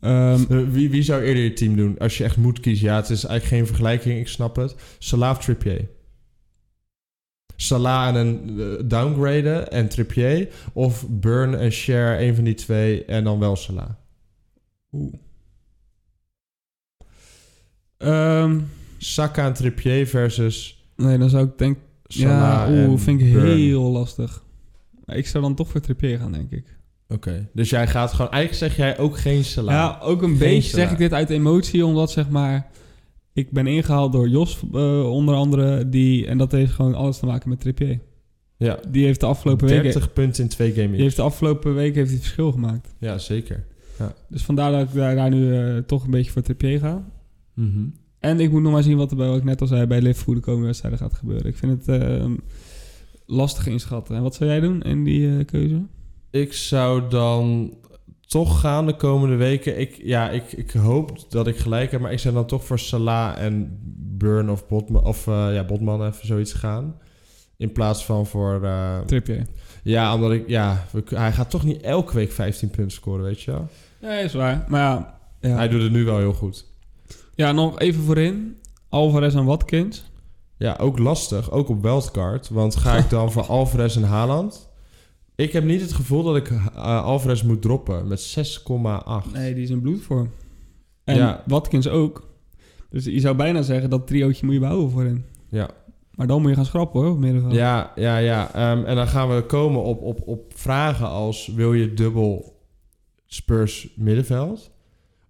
B: Ehm,
A: Eh, Wie, wie zou eerder je team doen? Als je echt moet kiezen. Ja, het is eigenlijk geen vergelijking, ik snap het. Salah of Trippier? Salah en een eh, downgraden en Trippier. Of Burn en Share, een van die twee. En dan wel Salah.
B: Oeh. Ehm,
A: Saka en Trippier versus
B: nee, dan zou ik denk...
A: Salah
B: ja, oeh,
A: en
B: vind ik
A: Burn.
B: heel lastig. Maar Ik zou dan toch voor Trippier gaan, denk ik.
A: Oké, dus jij gaat gewoon... Eigenlijk zeg jij ook geen Salah.
B: Ja, ook een
A: Geen
B: beetje zeg
A: Salah.
B: ik dit uit emotie, omdat zeg maar... Ik ben ingehaald door Jos, eh, onder andere, die... En dat heeft gewoon alles te maken met Trippier.
A: Ja.
B: Die heeft de afgelopen weken...
A: 30 punten in twee
B: Die
A: games.
B: heeft de afgelopen weken heeft hij verschil gemaakt.
A: Ja, zeker.
B: Dus vandaar dat ik daar, daar nu eh, toch een beetje voor Trippier ga. Mhm. En ik moet nog maar zien wat er, bij- wat ik net al zei, bij Liverpool de komende wedstrijden gaat gebeuren. Ik vind het ehm, lastig inschatten. En wat zou jij doen in die eh, keuze?
A: Ik zou dan toch gaan de komende weken. Ik, ja, ik, ik hoop dat ik gelijk heb, maar ik zou dan toch voor Salah en Burn of Botman, of, eh, ja, Botman even zoiets gaan. In plaats van voor... eh,
B: Tripje.
A: ja, omdat ik... Ja, we- hij gaat toch niet elke week 15 punten scoren, weet je wel?
B: Nee, is waar. Maar ja, ja.
A: Hij doet het nu wel heel goed.
B: ja, nog even voorin. Alvarez en Watkins.
A: Ja, ook lastig. Ook op wildcard. Want ga ik dan voor Alvarez en Haaland? Ik heb niet het gevoel dat ik eh, Alvarez moet droppen met 6,8.
B: Nee, die is in bloedvorm. En
A: Ja.
B: Watkins ook. Dus je zou bijna zeggen dat triootje moet je behouden voorin.
A: Ja.
B: Maar dan moet je gaan schrappen hoor, op middenveld.
A: Ja, ja, ja. Ehm, en dan gaan we komen op, op, op vragen als... wil je dubbel Spurs middenveld?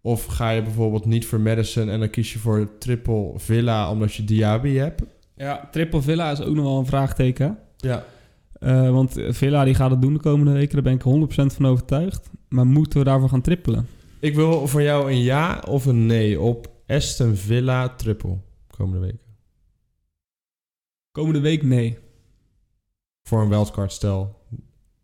A: Of ga je bijvoorbeeld niet voor Madison... en dan kies je voor triple Villa omdat je Diaby hebt?
B: ja, Triple Villa is ook nog wel een vraagteken. hè?
A: Ja.
B: Eh, want Villa die gaat het doen de komende weken, daar ben ik 100% van overtuigd. Maar moeten we daarvoor gaan trippelen?
A: Ik wil voor jou een ja of een nee op Aston Villa triple komende week.
B: Komende week nee.
A: Voor een wildcard stel.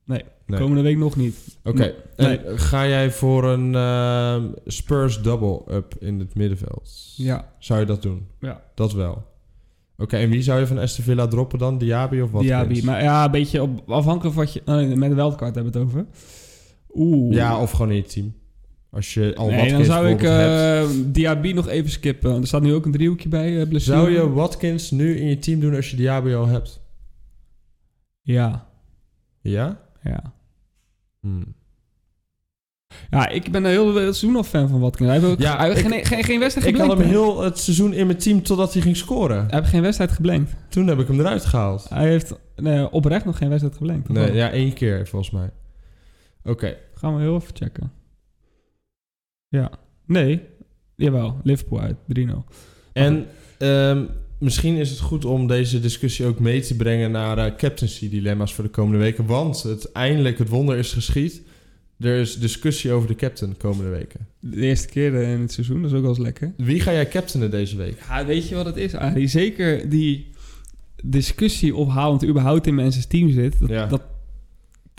A: Nee.
B: Komende week nog niet.
A: Oké,
B: Nee.
A: en ga jij voor een ehm, Spurs double-up in het middenveld?
B: Ja.
A: Zou je dat doen?
B: Ja.
A: Dat wel. Oké, en wie zou je van Aston Villa droppen dan? Diaby of wat?
B: Diaby. Maar ja, een beetje op, afhankelijk van wat je... oh nee, met de wildcard hebben we het over. Oeh.
A: Ja, of gewoon in je team. Als je al
B: nee,
A: Watkins
B: dan zou ik
A: bijvoorbeeld hebt.
B: eh Diaby nog even skippen. Want Er staat nu ook een driehoekje bij. eh, blessure.
A: Zou je Watkins nu in je team doen als je Diaby al hebt?
B: Ja.
A: Ja?
B: Ja.
A: Hmm.
B: Ja, ik ben een heel heel seizoen al fan van Watkins. Hij heeft ook
A: Ja,
B: hij heeft
A: ik-
B: geen, geen, geen wedstrijd
A: Ik had
B: geblankt.
A: hem
B: hè?
A: heel het seizoen in mijn team totdat hij ging scoren.
B: Hij heeft geen wedstrijd geblankt.
A: Toen heb ik hem eruit gehaald.
B: Hij heeft nee, oprecht nog geen wedstrijd geblankt.
A: Nee, ja, één keer volgens mij. Oké,
B: Gaan we heel even checken. Ja. Nee. Jawel. Liverpool uit. 3-0.
A: En ehm, misschien is het goed om deze discussie ook mee te brengen naar eh, captaincy-dilemma's voor de komende weken. Want het, eindelijk, het wonder is geschied. Er is discussie over de captain de komende weken.
B: De eerste keer eh, in het seizoen, dat is ook wel eens lekker.
A: Wie ga jij captainen deze week?
B: Ja, weet je wat het is, Arie? Zeker die discussie op Haaland überhaupt in mensen's team zit. Dat,
A: Ja.
B: dat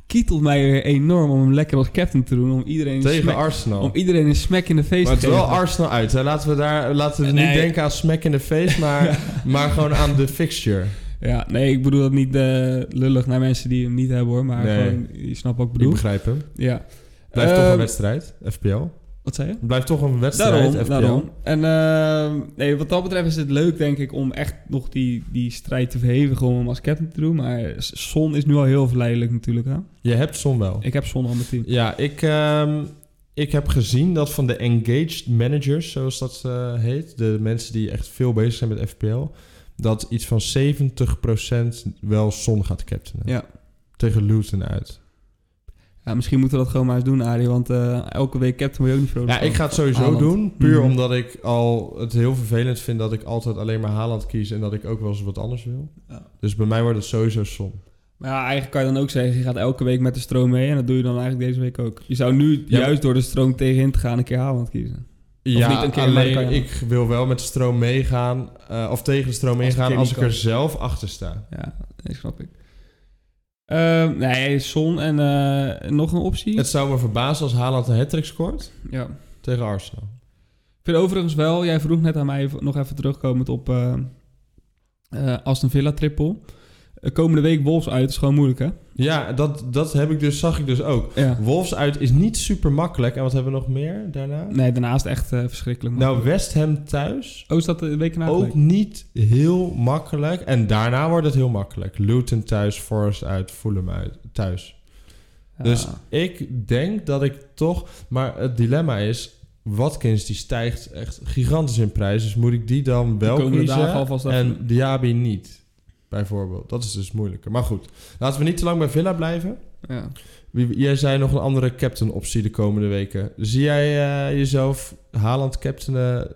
B: kietelt mij weer enorm om hem lekker als captain te doen. Om iedereen, een
A: Tegen
B: smack,
A: Arsenal.
B: om iedereen een smack in de
A: Maar
B: face te
A: het is
B: geven.
A: wel Arsenal uit. Hè? Laten we, daar, laten we
B: Nee.
A: niet denken aan smack in de face, maar, maar gewoon aan de fixture.
B: ja, nee, ik bedoel dat niet eh, lullig naar mensen die hem niet hebben, hoor. Maar
A: Nee.
B: gewoon, je snapt wat ik
A: Ik
B: bedoel.
A: begrijp hem.
B: Ja.
A: Blijft toch een
B: Ehm,
A: wedstrijd, FPL.
B: Wat zei je?
A: Blijft toch een wedstrijd,
B: Daarom,
A: FPL.
B: daarom. En ehm, nee, wat dat betreft is het leuk, denk ik, om echt nog die, die strijd te verhevigen om hem als captain te doen. Maar Son is nu al heel verleidelijk natuurlijk. Hè?
A: Je hebt Son wel.
B: Ik heb Son al mijn team.
A: Ja, ik, ehm, ik heb gezien dat van de engaged managers, zoals dat eh, heet, de mensen die echt veel bezig zijn met FPL, dat iets van 70% wel Son gaat captainen.
B: Ja.
A: Tegen Luton uit.
B: Ja, misschien moeten we dat gewoon maar eens doen, Arie. Want eh, elke week captain wil je ook niet vrolijk
A: Ja, ik ga het sowieso
B: Haaland.
A: doen. Puur
B: Mhm.
A: omdat ik al het heel vervelend vind dat ik altijd alleen maar Haaland kies en dat ik ook wel eens wat anders wil.
B: Ja.
A: Dus bij mij wordt het sowieso Son.
B: Maar ja, eigenlijk kan je dan ook zeggen, je gaat elke week met de stroom mee. En dat doe je dan eigenlijk deze week ook. Je zou nu
A: Ja,
B: juist door de stroom tegenin te gaan een keer Haaland kiezen.
A: Ja,
B: niet een keer, maar
A: alleen
B: dat kan je
A: ik wil wel met de stroom meegaan, eh, of tegen de stroom
B: Als een
A: ingaan
B: keer
A: als
B: niet
A: ik er
B: kan.
A: zelf achter sta.
B: Ja, nee, snap ik. Ehm, nee, Son en eh, nog een optie.
A: Het zou me verbazen als Haaland een hat scoort.
B: Ja.
A: Tegen Arsenal.
B: Ik vind overigens wel, jij vroeg net aan mij nog even terugkomend op eh, eh, Aston Villa triple. Eh, eh, komende week Wolves uit is gewoon moeilijk, hè?
A: Ja, dat, dat heb ik dus, zag ik dus ook.
B: Ja.
A: Wolves uit is niet super makkelijk. En wat hebben we nog meer daarna?
B: Nee, daarnaast echt eh, verschrikkelijk. man.
A: Nou, West Ham thuis.
B: Oh, is dat de week na?
A: Ook niet heel makkelijk. En daarna wordt het heel makkelijk. Luton thuis, Forest uit, Fulham uit, thuis. Dus
B: Ah.
A: ik denk dat ik toch... Maar het dilemma is... Watkins die stijgt echt gigantisch in prijs. Dus moet ik die dan wel
B: komende
A: kiezen
B: dagen alvast even-
A: en Diaby niet? Bijvoorbeeld. Dat is dus moeilijker. Maar goed, laten we niet te lang bij Villa blijven.
B: ja.
A: Wie- Jij zei nog een andere captain optie de komende weken. Zie jij eh, jezelf Haaland captainen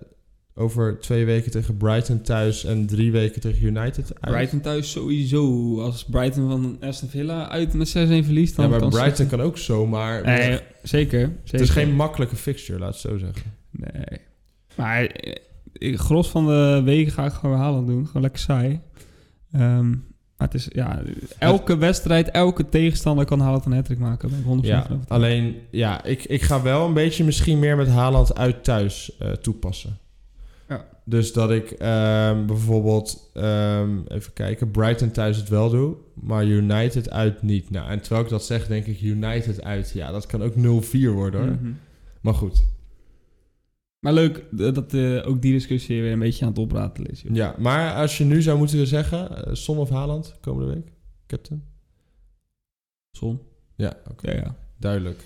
A: over twee weken tegen Brighton thuis en drie weken tegen United uit?
B: Brighton thuis sowieso. Als Brighton van Aston Villa uit met 6-1 verliest, dan
A: ja, maar
B: kan
A: Brighton kan ook zomaar.
B: Nee, zeker, zeker.
A: het is geen makkelijke fixture, laat het zo zeggen.
B: Nee. Maar eh, ik- gros van de weken ga ik gewoon Haaland doen. Gewoon lekker saai. Ehm, maar het is, ja, elke wedstrijd, elke tegenstander kan Haaland een hat maken. Daar ben ik 100%
A: Ja,
B: van overtuigd.
A: alleen ja, ik, ik ga wel een beetje misschien meer met Haaland uit thuis eh, toepassen.
B: Ja.
A: Dus dat ik ehm, bijvoorbeeld, ehm, even kijken, Brighton thuis het wel doe, maar United uit niet. Nou, en terwijl ik dat zeg, denk ik United uit. Ja, dat kan ook 0-4 worden hoor.
B: Mhm.
A: Maar goed,
B: Maar leuk eh, dat eh, ook die discussie weer een beetje aan het opratelen is. joh.
A: ja. Maar als je nu zou moeten zeggen, eh, Son of Haaland komende week, captain?
B: Zon.
A: Ja, oké.
B: Ja, ja.
A: Duidelijk.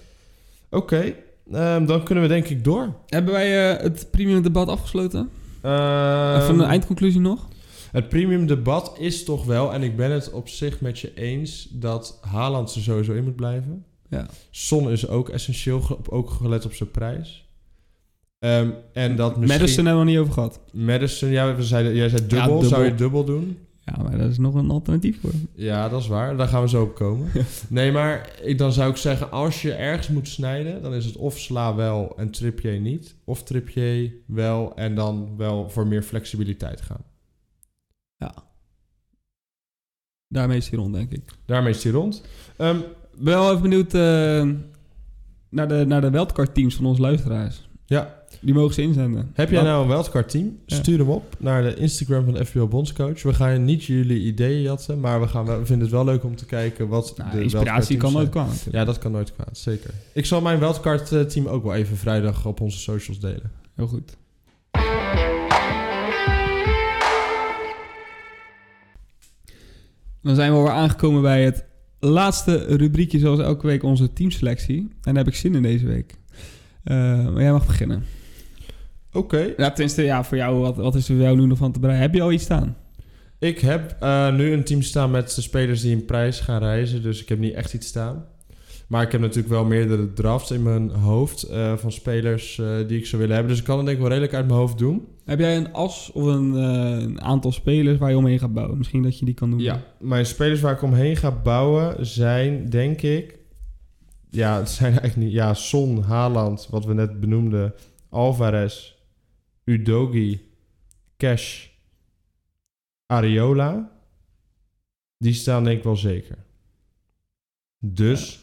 A: Oké, ehm, dan kunnen we denk ik door.
B: Hebben wij eh, het premium debat afgesloten? Even
A: Ehm,
B: een eindconclusie nog?
A: Het premium debat is toch wel, en ik ben het op zich met je eens, dat Haaland er sowieso in moet blijven.
B: Ja.
A: Son is ook essentieel, ge- op- ook gelet op zijn prijs. Ehm, en dat misschien...
B: Madison hebben we nog niet over gehad.
A: Madison, ja, we zeiden, jij zei dubbel,
B: Ja, dubbel.
A: Zou je dubbel doen?
B: Ja, maar daar is nog een alternatief voor.
A: Ja, dat is waar. Daar gaan we zo op komen. nee, maar ik, dan zou ik zeggen, als je ergens moet snijden, dan is het of Sla wel en Trippier niet. Of Trippier wel en dan wel voor meer flexibiliteit gaan.
B: Daarmee is hij rond, denk ik.
A: Daarmee is die rond. Ehm,
B: Ik ben wel even benieuwd eh, naar de, naar de wildcard-teams van onze luisteraars.
A: Ja.
B: Die mogen ze inzenden.
A: Heb jij
B: Wat-
A: nou een wildcard team?
B: Ja.
A: Stuur hem op naar de Instagram van de FBO Bondscoach. We gaan niet jullie ideeën jatten, maar we, gaan wel, we vinden het wel leuk om te kijken wat
B: Nou,
A: de
B: inspiratie
A: wildcard teams eh?
B: kan nooit
A: zijn.
B: kwamen. natuurlijk.
A: Ja, dat kan nooit kwaad, zeker. Ik zal mijn wildcard eh, team ook wel even vrijdag op onze socials delen.
B: Heel goed. Dan zijn we alweer aangekomen bij het laatste rubriekje, zoals elke week, onze teamselectie. En daar heb ik zin in deze week. Eh, maar jij mag beginnen.
A: Oké,
B: Ja, tenminste, ja, voor jou, wat, wat is er voor jou nu nog van te bereiden? Heb je al iets staan?
A: ik heb eh, nu een team staan met de spelers die in prijs gaan reizen, dus ik heb niet echt iets staan. Maar ik heb natuurlijk wel meerdere drafts in mijn hoofd eh, van spelers eh, die ik zou willen hebben. Dus ik kan het denk ik wel redelijk uit mijn hoofd doen.
B: Heb jij een as of een, eh, een aantal spelers waar je omheen gaat bouwen? Misschien dat je die kan doen.
A: Ja, mijn spelers waar ik omheen ga bouwen zijn, denk ik... Ja, het zijn eigenlijk niet... Ja, Son, Haaland, wat we net benoemden. Alvarez, Udogi, Cash, Ariola. Die staan denk ik wel zeker. Dus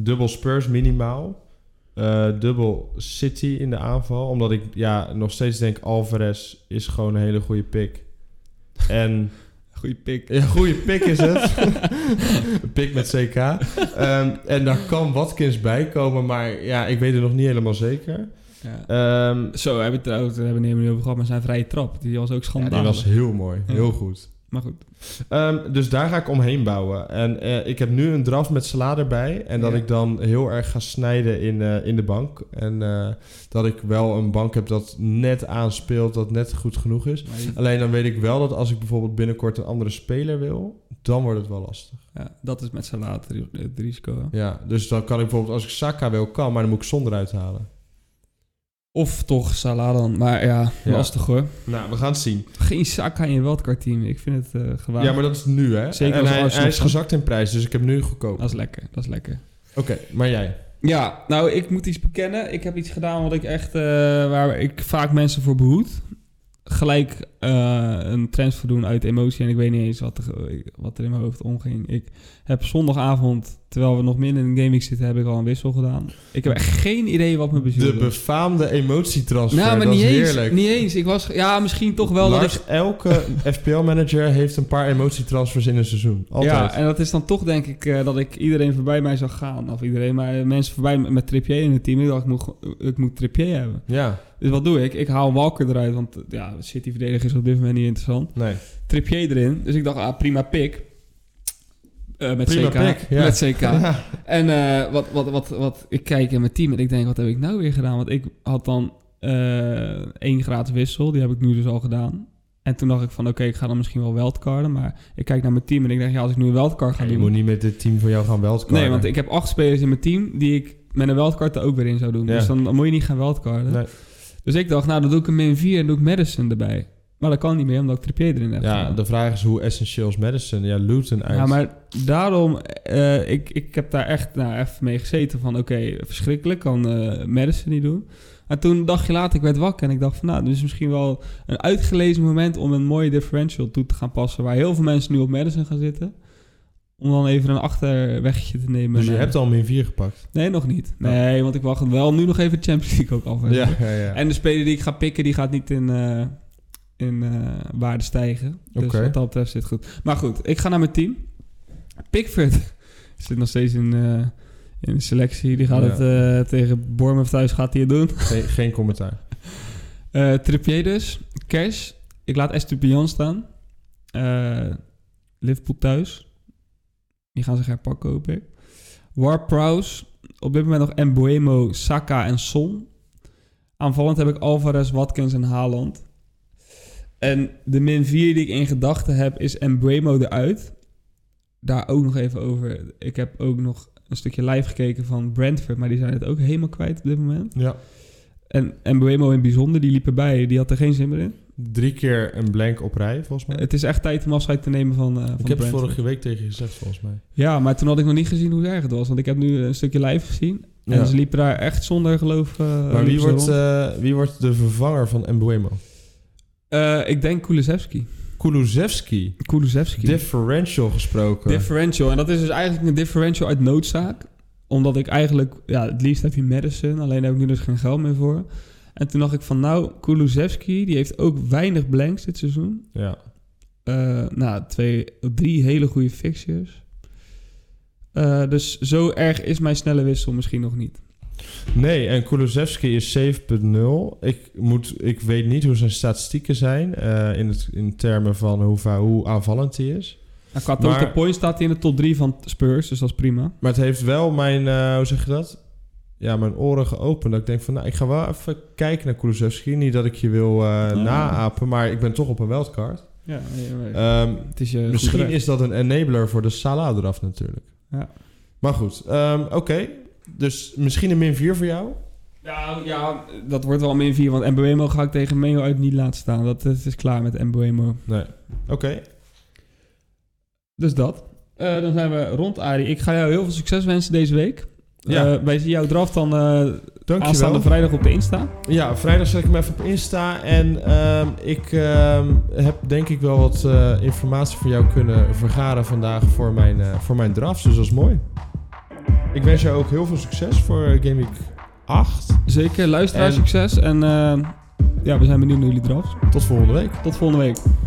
A: dubbel Spurs minimaal. Eh, dubbel City in de aanval. Omdat ik ja, nog steeds denk Alvarez is gewoon een hele goede pick. En...
B: Goeie pick.
A: Ja, goede pick is het. Een pick met CK. Ehm, en daar kan Watkins bij komen, maar ja, ik weet het nog niet helemaal zeker.
B: Ja.
A: Ehm
B: Zo, hebben we trouwens, daar hebben we het niet over gehad, maar zijn vrije trap, die was ook
A: ja,
B: schandalig.
A: die was heel mooi,
B: Ja.
A: heel goed.
B: Maar goed.
A: Ehm, dus daar ga ik omheen bouwen. En eh, ik heb nu een draft met Sla erbij. En dat
B: Ja.
A: ik dan heel erg ga snijden in, eh, in de bank. En eh, dat ik wel een bank heb dat net aanspeelt, dat net goed genoeg is.
B: Maar die-
A: Alleen dan weet ik wel dat als ik bijvoorbeeld binnenkort een andere speler wil, dan wordt het wel lastig.
B: ja, dat is met Salah het ri- het risico. hè.
A: Ja, dus dan kan ik bijvoorbeeld als ik Saka wil, kan, maar dan moet ik zonder uithalen.
B: Of toch Salah dan, maar ja,
A: Ja.
B: lastig hoor.
A: Nou, we gaan het zien.
B: Geen zak aan je wildcard team, ik vind het eh gewaagd.
A: Ja, maar dat is nu, hè?
B: Zeker
A: en
B: als
A: hij,
B: Arsenal
A: hij is
B: gaat.
A: gezakt in prijs, dus ik heb nu goedkoop.
B: Dat is lekker, dat is lekker.
A: Oké, maar jij?
B: Ja, nou, ik moet iets bekennen. Ik heb iets gedaan wat ik echt, eh, waar ik vaak mensen voor behoed. Gelijk eh, een transfer doen uit emotie. En ik weet niet eens wat er, wat er in mijn hoofd omging. Ik heb zondagavond, terwijl we nog minder in de gaming zitten, heb ik al een wissel gedaan. Ik heb echt geen idee wat me
A: De
B: bezielde.
A: befaamde emotietransfer.
B: nou, maar
A: dat
B: niet
A: is
B: eens,
A: heerlijk.
B: niet eens. Ik was, ja, misschien toch wel dat ik
A: Lars, elke FPL-manager heeft een paar emotietransfers in een seizoen. Altijd.
B: Ja, en dat is dan toch denk ik eh, dat ik iedereen voorbij mij zag gaan. Of iedereen, maar eh, mensen voorbij met, met Trippier in het team. Ik dacht, ik moet, gewoon- ik moet Trippier hebben.
A: Ja,
B: Dus wat doe ik? Ik haal Walker eruit, want eh, ja, City-verdediger is op dit moment niet interessant.
A: nee.
B: Trippier erin. Dus ik dacht, ah, prima pick. Eh, met
A: Prima
B: CK.
A: pick, ja.
B: Met CK. En eh, wat, wat, wat, wat, ik kijk in mijn team en ik denk, wat heb ik nou weer gedaan? Want ik had dan eh één gratis wissel, die heb ik nu dus al gedaan. En toen dacht ik van, oké, ik ga dan misschien wel wildcarden. Maar ik kijk naar mijn team en ik denk, ja, als ik nu een wildcard ga
A: je
B: doen...
A: moet niet met dit team van jou gaan weltkarten.
B: Nee, want ik heb acht spelers in mijn team die ik met een wildcard er ook weer in zou doen.
A: Ja.
B: Dus dan, dan moet je niet gaan wildcarden.
A: Nee.
B: Dus ik dacht, nou, dan doe ik een min 4 en doe ik Madison erbij. Maar dat kan niet meer, omdat ik Trippier erin heb
A: Ja,
B: gedaan.
A: de vraag is hoe essentieel is Madison? Ja, Luton uit.
B: Ja, maar daarom, eh, ik, ik heb daar echt nou, even mee gezeten van, oké, verschrikkelijk, kan eh Madison niet doen. Maar toen een dagje later, ik werd wakker en ik dacht van, nou, dit is misschien wel een uitgelezen moment om een mooie differential toe te gaan passen, waar heel veel mensen nu op Madison gaan zitten. Om dan even een achterwegje te nemen.
A: Dus je
B: naar-
A: hebt al min 4 gepakt.
B: Nee, nog niet.
A: Ja.
B: Nee, want ik wacht wel nu nog even de Champions League ook af.
A: Ja, ja, ja.
B: En de speler die ik ga pikken, die gaat niet in, eh, in eh, waarde stijgen. Dus
A: Oké.
B: wat dat betreft zit goed. Maar goed, ik ga naar mijn team. Pickford zit nog steeds in, eh, in de selectie. Die gaat
A: Ja.
B: het eh, tegen Bournemouth thuis gaat hij het doen.
A: Geen, geen commentaar.
B: Eh Trippier dus. Cash. Ik laat Estupion staan. Eh, Liverpool thuis. Die gaan zich herpakken, hoop ik. War Prowse. Op dit moment nog Mbuemo, Saka en Son. Aanvallend heb ik Alvarez, Watkins en Haaland. En de min 4 die ik in gedachten heb is Mbuemo eruit. Daar ook nog even over. Ik heb ook nog een stukje live gekeken van Brentford. Maar die zijn het ook helemaal kwijt op dit moment.
A: Ja.
B: En, en Boemo in het bijzonder, die liep erbij. Die had er geen zin meer in.
A: Drie keer een blank op rij, volgens mij.
B: Het is echt tijd om afscheid te nemen van, eh van
A: Eh, ik heb het
B: Brentford.
A: vorige week tegen je gezegd, volgens mij.
B: Ja, maar toen had ik nog niet gezien hoe erg het was. Want ik heb nu een stukje live gezien.
A: Ja.
B: En ze liepen daar echt zonder geloof. eh,
A: Maar wie
B: liepen ze
A: wordt,
B: rond.
A: eh, wie wordt de vervanger van Mbuemo?
B: Eh, ik denk Kulusevski.
A: Kulusevski.
B: Kulusevski.
A: Differential gesproken.
B: Differential. En dat is dus eigenlijk een differential uit noodzaak. Omdat ik eigenlijk... Ja, het liefst heb je Madison. Alleen daar heb ik nu dus geen geld meer voor. En toen dacht ik van... Nou, Kulusevski, die heeft ook weinig blanks dit seizoen.
A: ja.
B: Eh, nou, twee, drie hele goede fixtures. Eh, dus zo erg is mijn snelle wissel misschien nog niet.
A: Nee, en Kulusevski is 7.0. Ik, moet, ik weet niet hoe zijn statistieken zijn eh, in, het, in termen van hoe, va- hoe aanvallend hij is.
B: Nou, qua
A: Maar-
B: total points staat hij in de top 3 van Spurs, dus dat is prima.
A: Maar het heeft wel mijn, eh, hoe zeg je dat? Ja, mijn oren geopend. Dat ik denk van, nou, ik ga wel even kijken naar Kulusevski. Niet dat ik je wil eh, naapen, maar ik ben toch op een wildcard.
B: Ja,
A: Ehm,
B: Eh, het is je
A: misschien is dat een enabler voor de Salah eraf natuurlijk.
B: Ja.
A: Maar goed, ehm, oké. Dus misschien een min 4 voor jou.
B: Ja, ja, dat wordt wel min 4, want Mbuemo ga ik tegen Meo uit niet laten staan. Dat, dat is klaar met Mbuemo.
A: Nee. Oké.
B: Dus dat. Eh, dan zijn we rond, Arie. Ik ga jou heel veel succes wensen deze week.
A: Ja.
B: Eh, wij zien jouw draft dan eh
A: Dankjewel.
B: aanstaande vrijdag op de Insta.
A: Ja, vrijdag zet ik hem even op Insta. En ehm, ik ehm, heb denk ik wel wat eh, informatie voor jou kunnen vergaren vandaag voor mijn, eh, voor mijn drafts. Dus dat is mooi. Ik wens jou ook heel veel succes voor eh, Game Week 8.
B: Zeker, luisteraar
A: En-
B: succes. En eh, ja, we zijn benieuwd naar jullie drafts.
A: Tot volgende week.
B: Tot volgende week.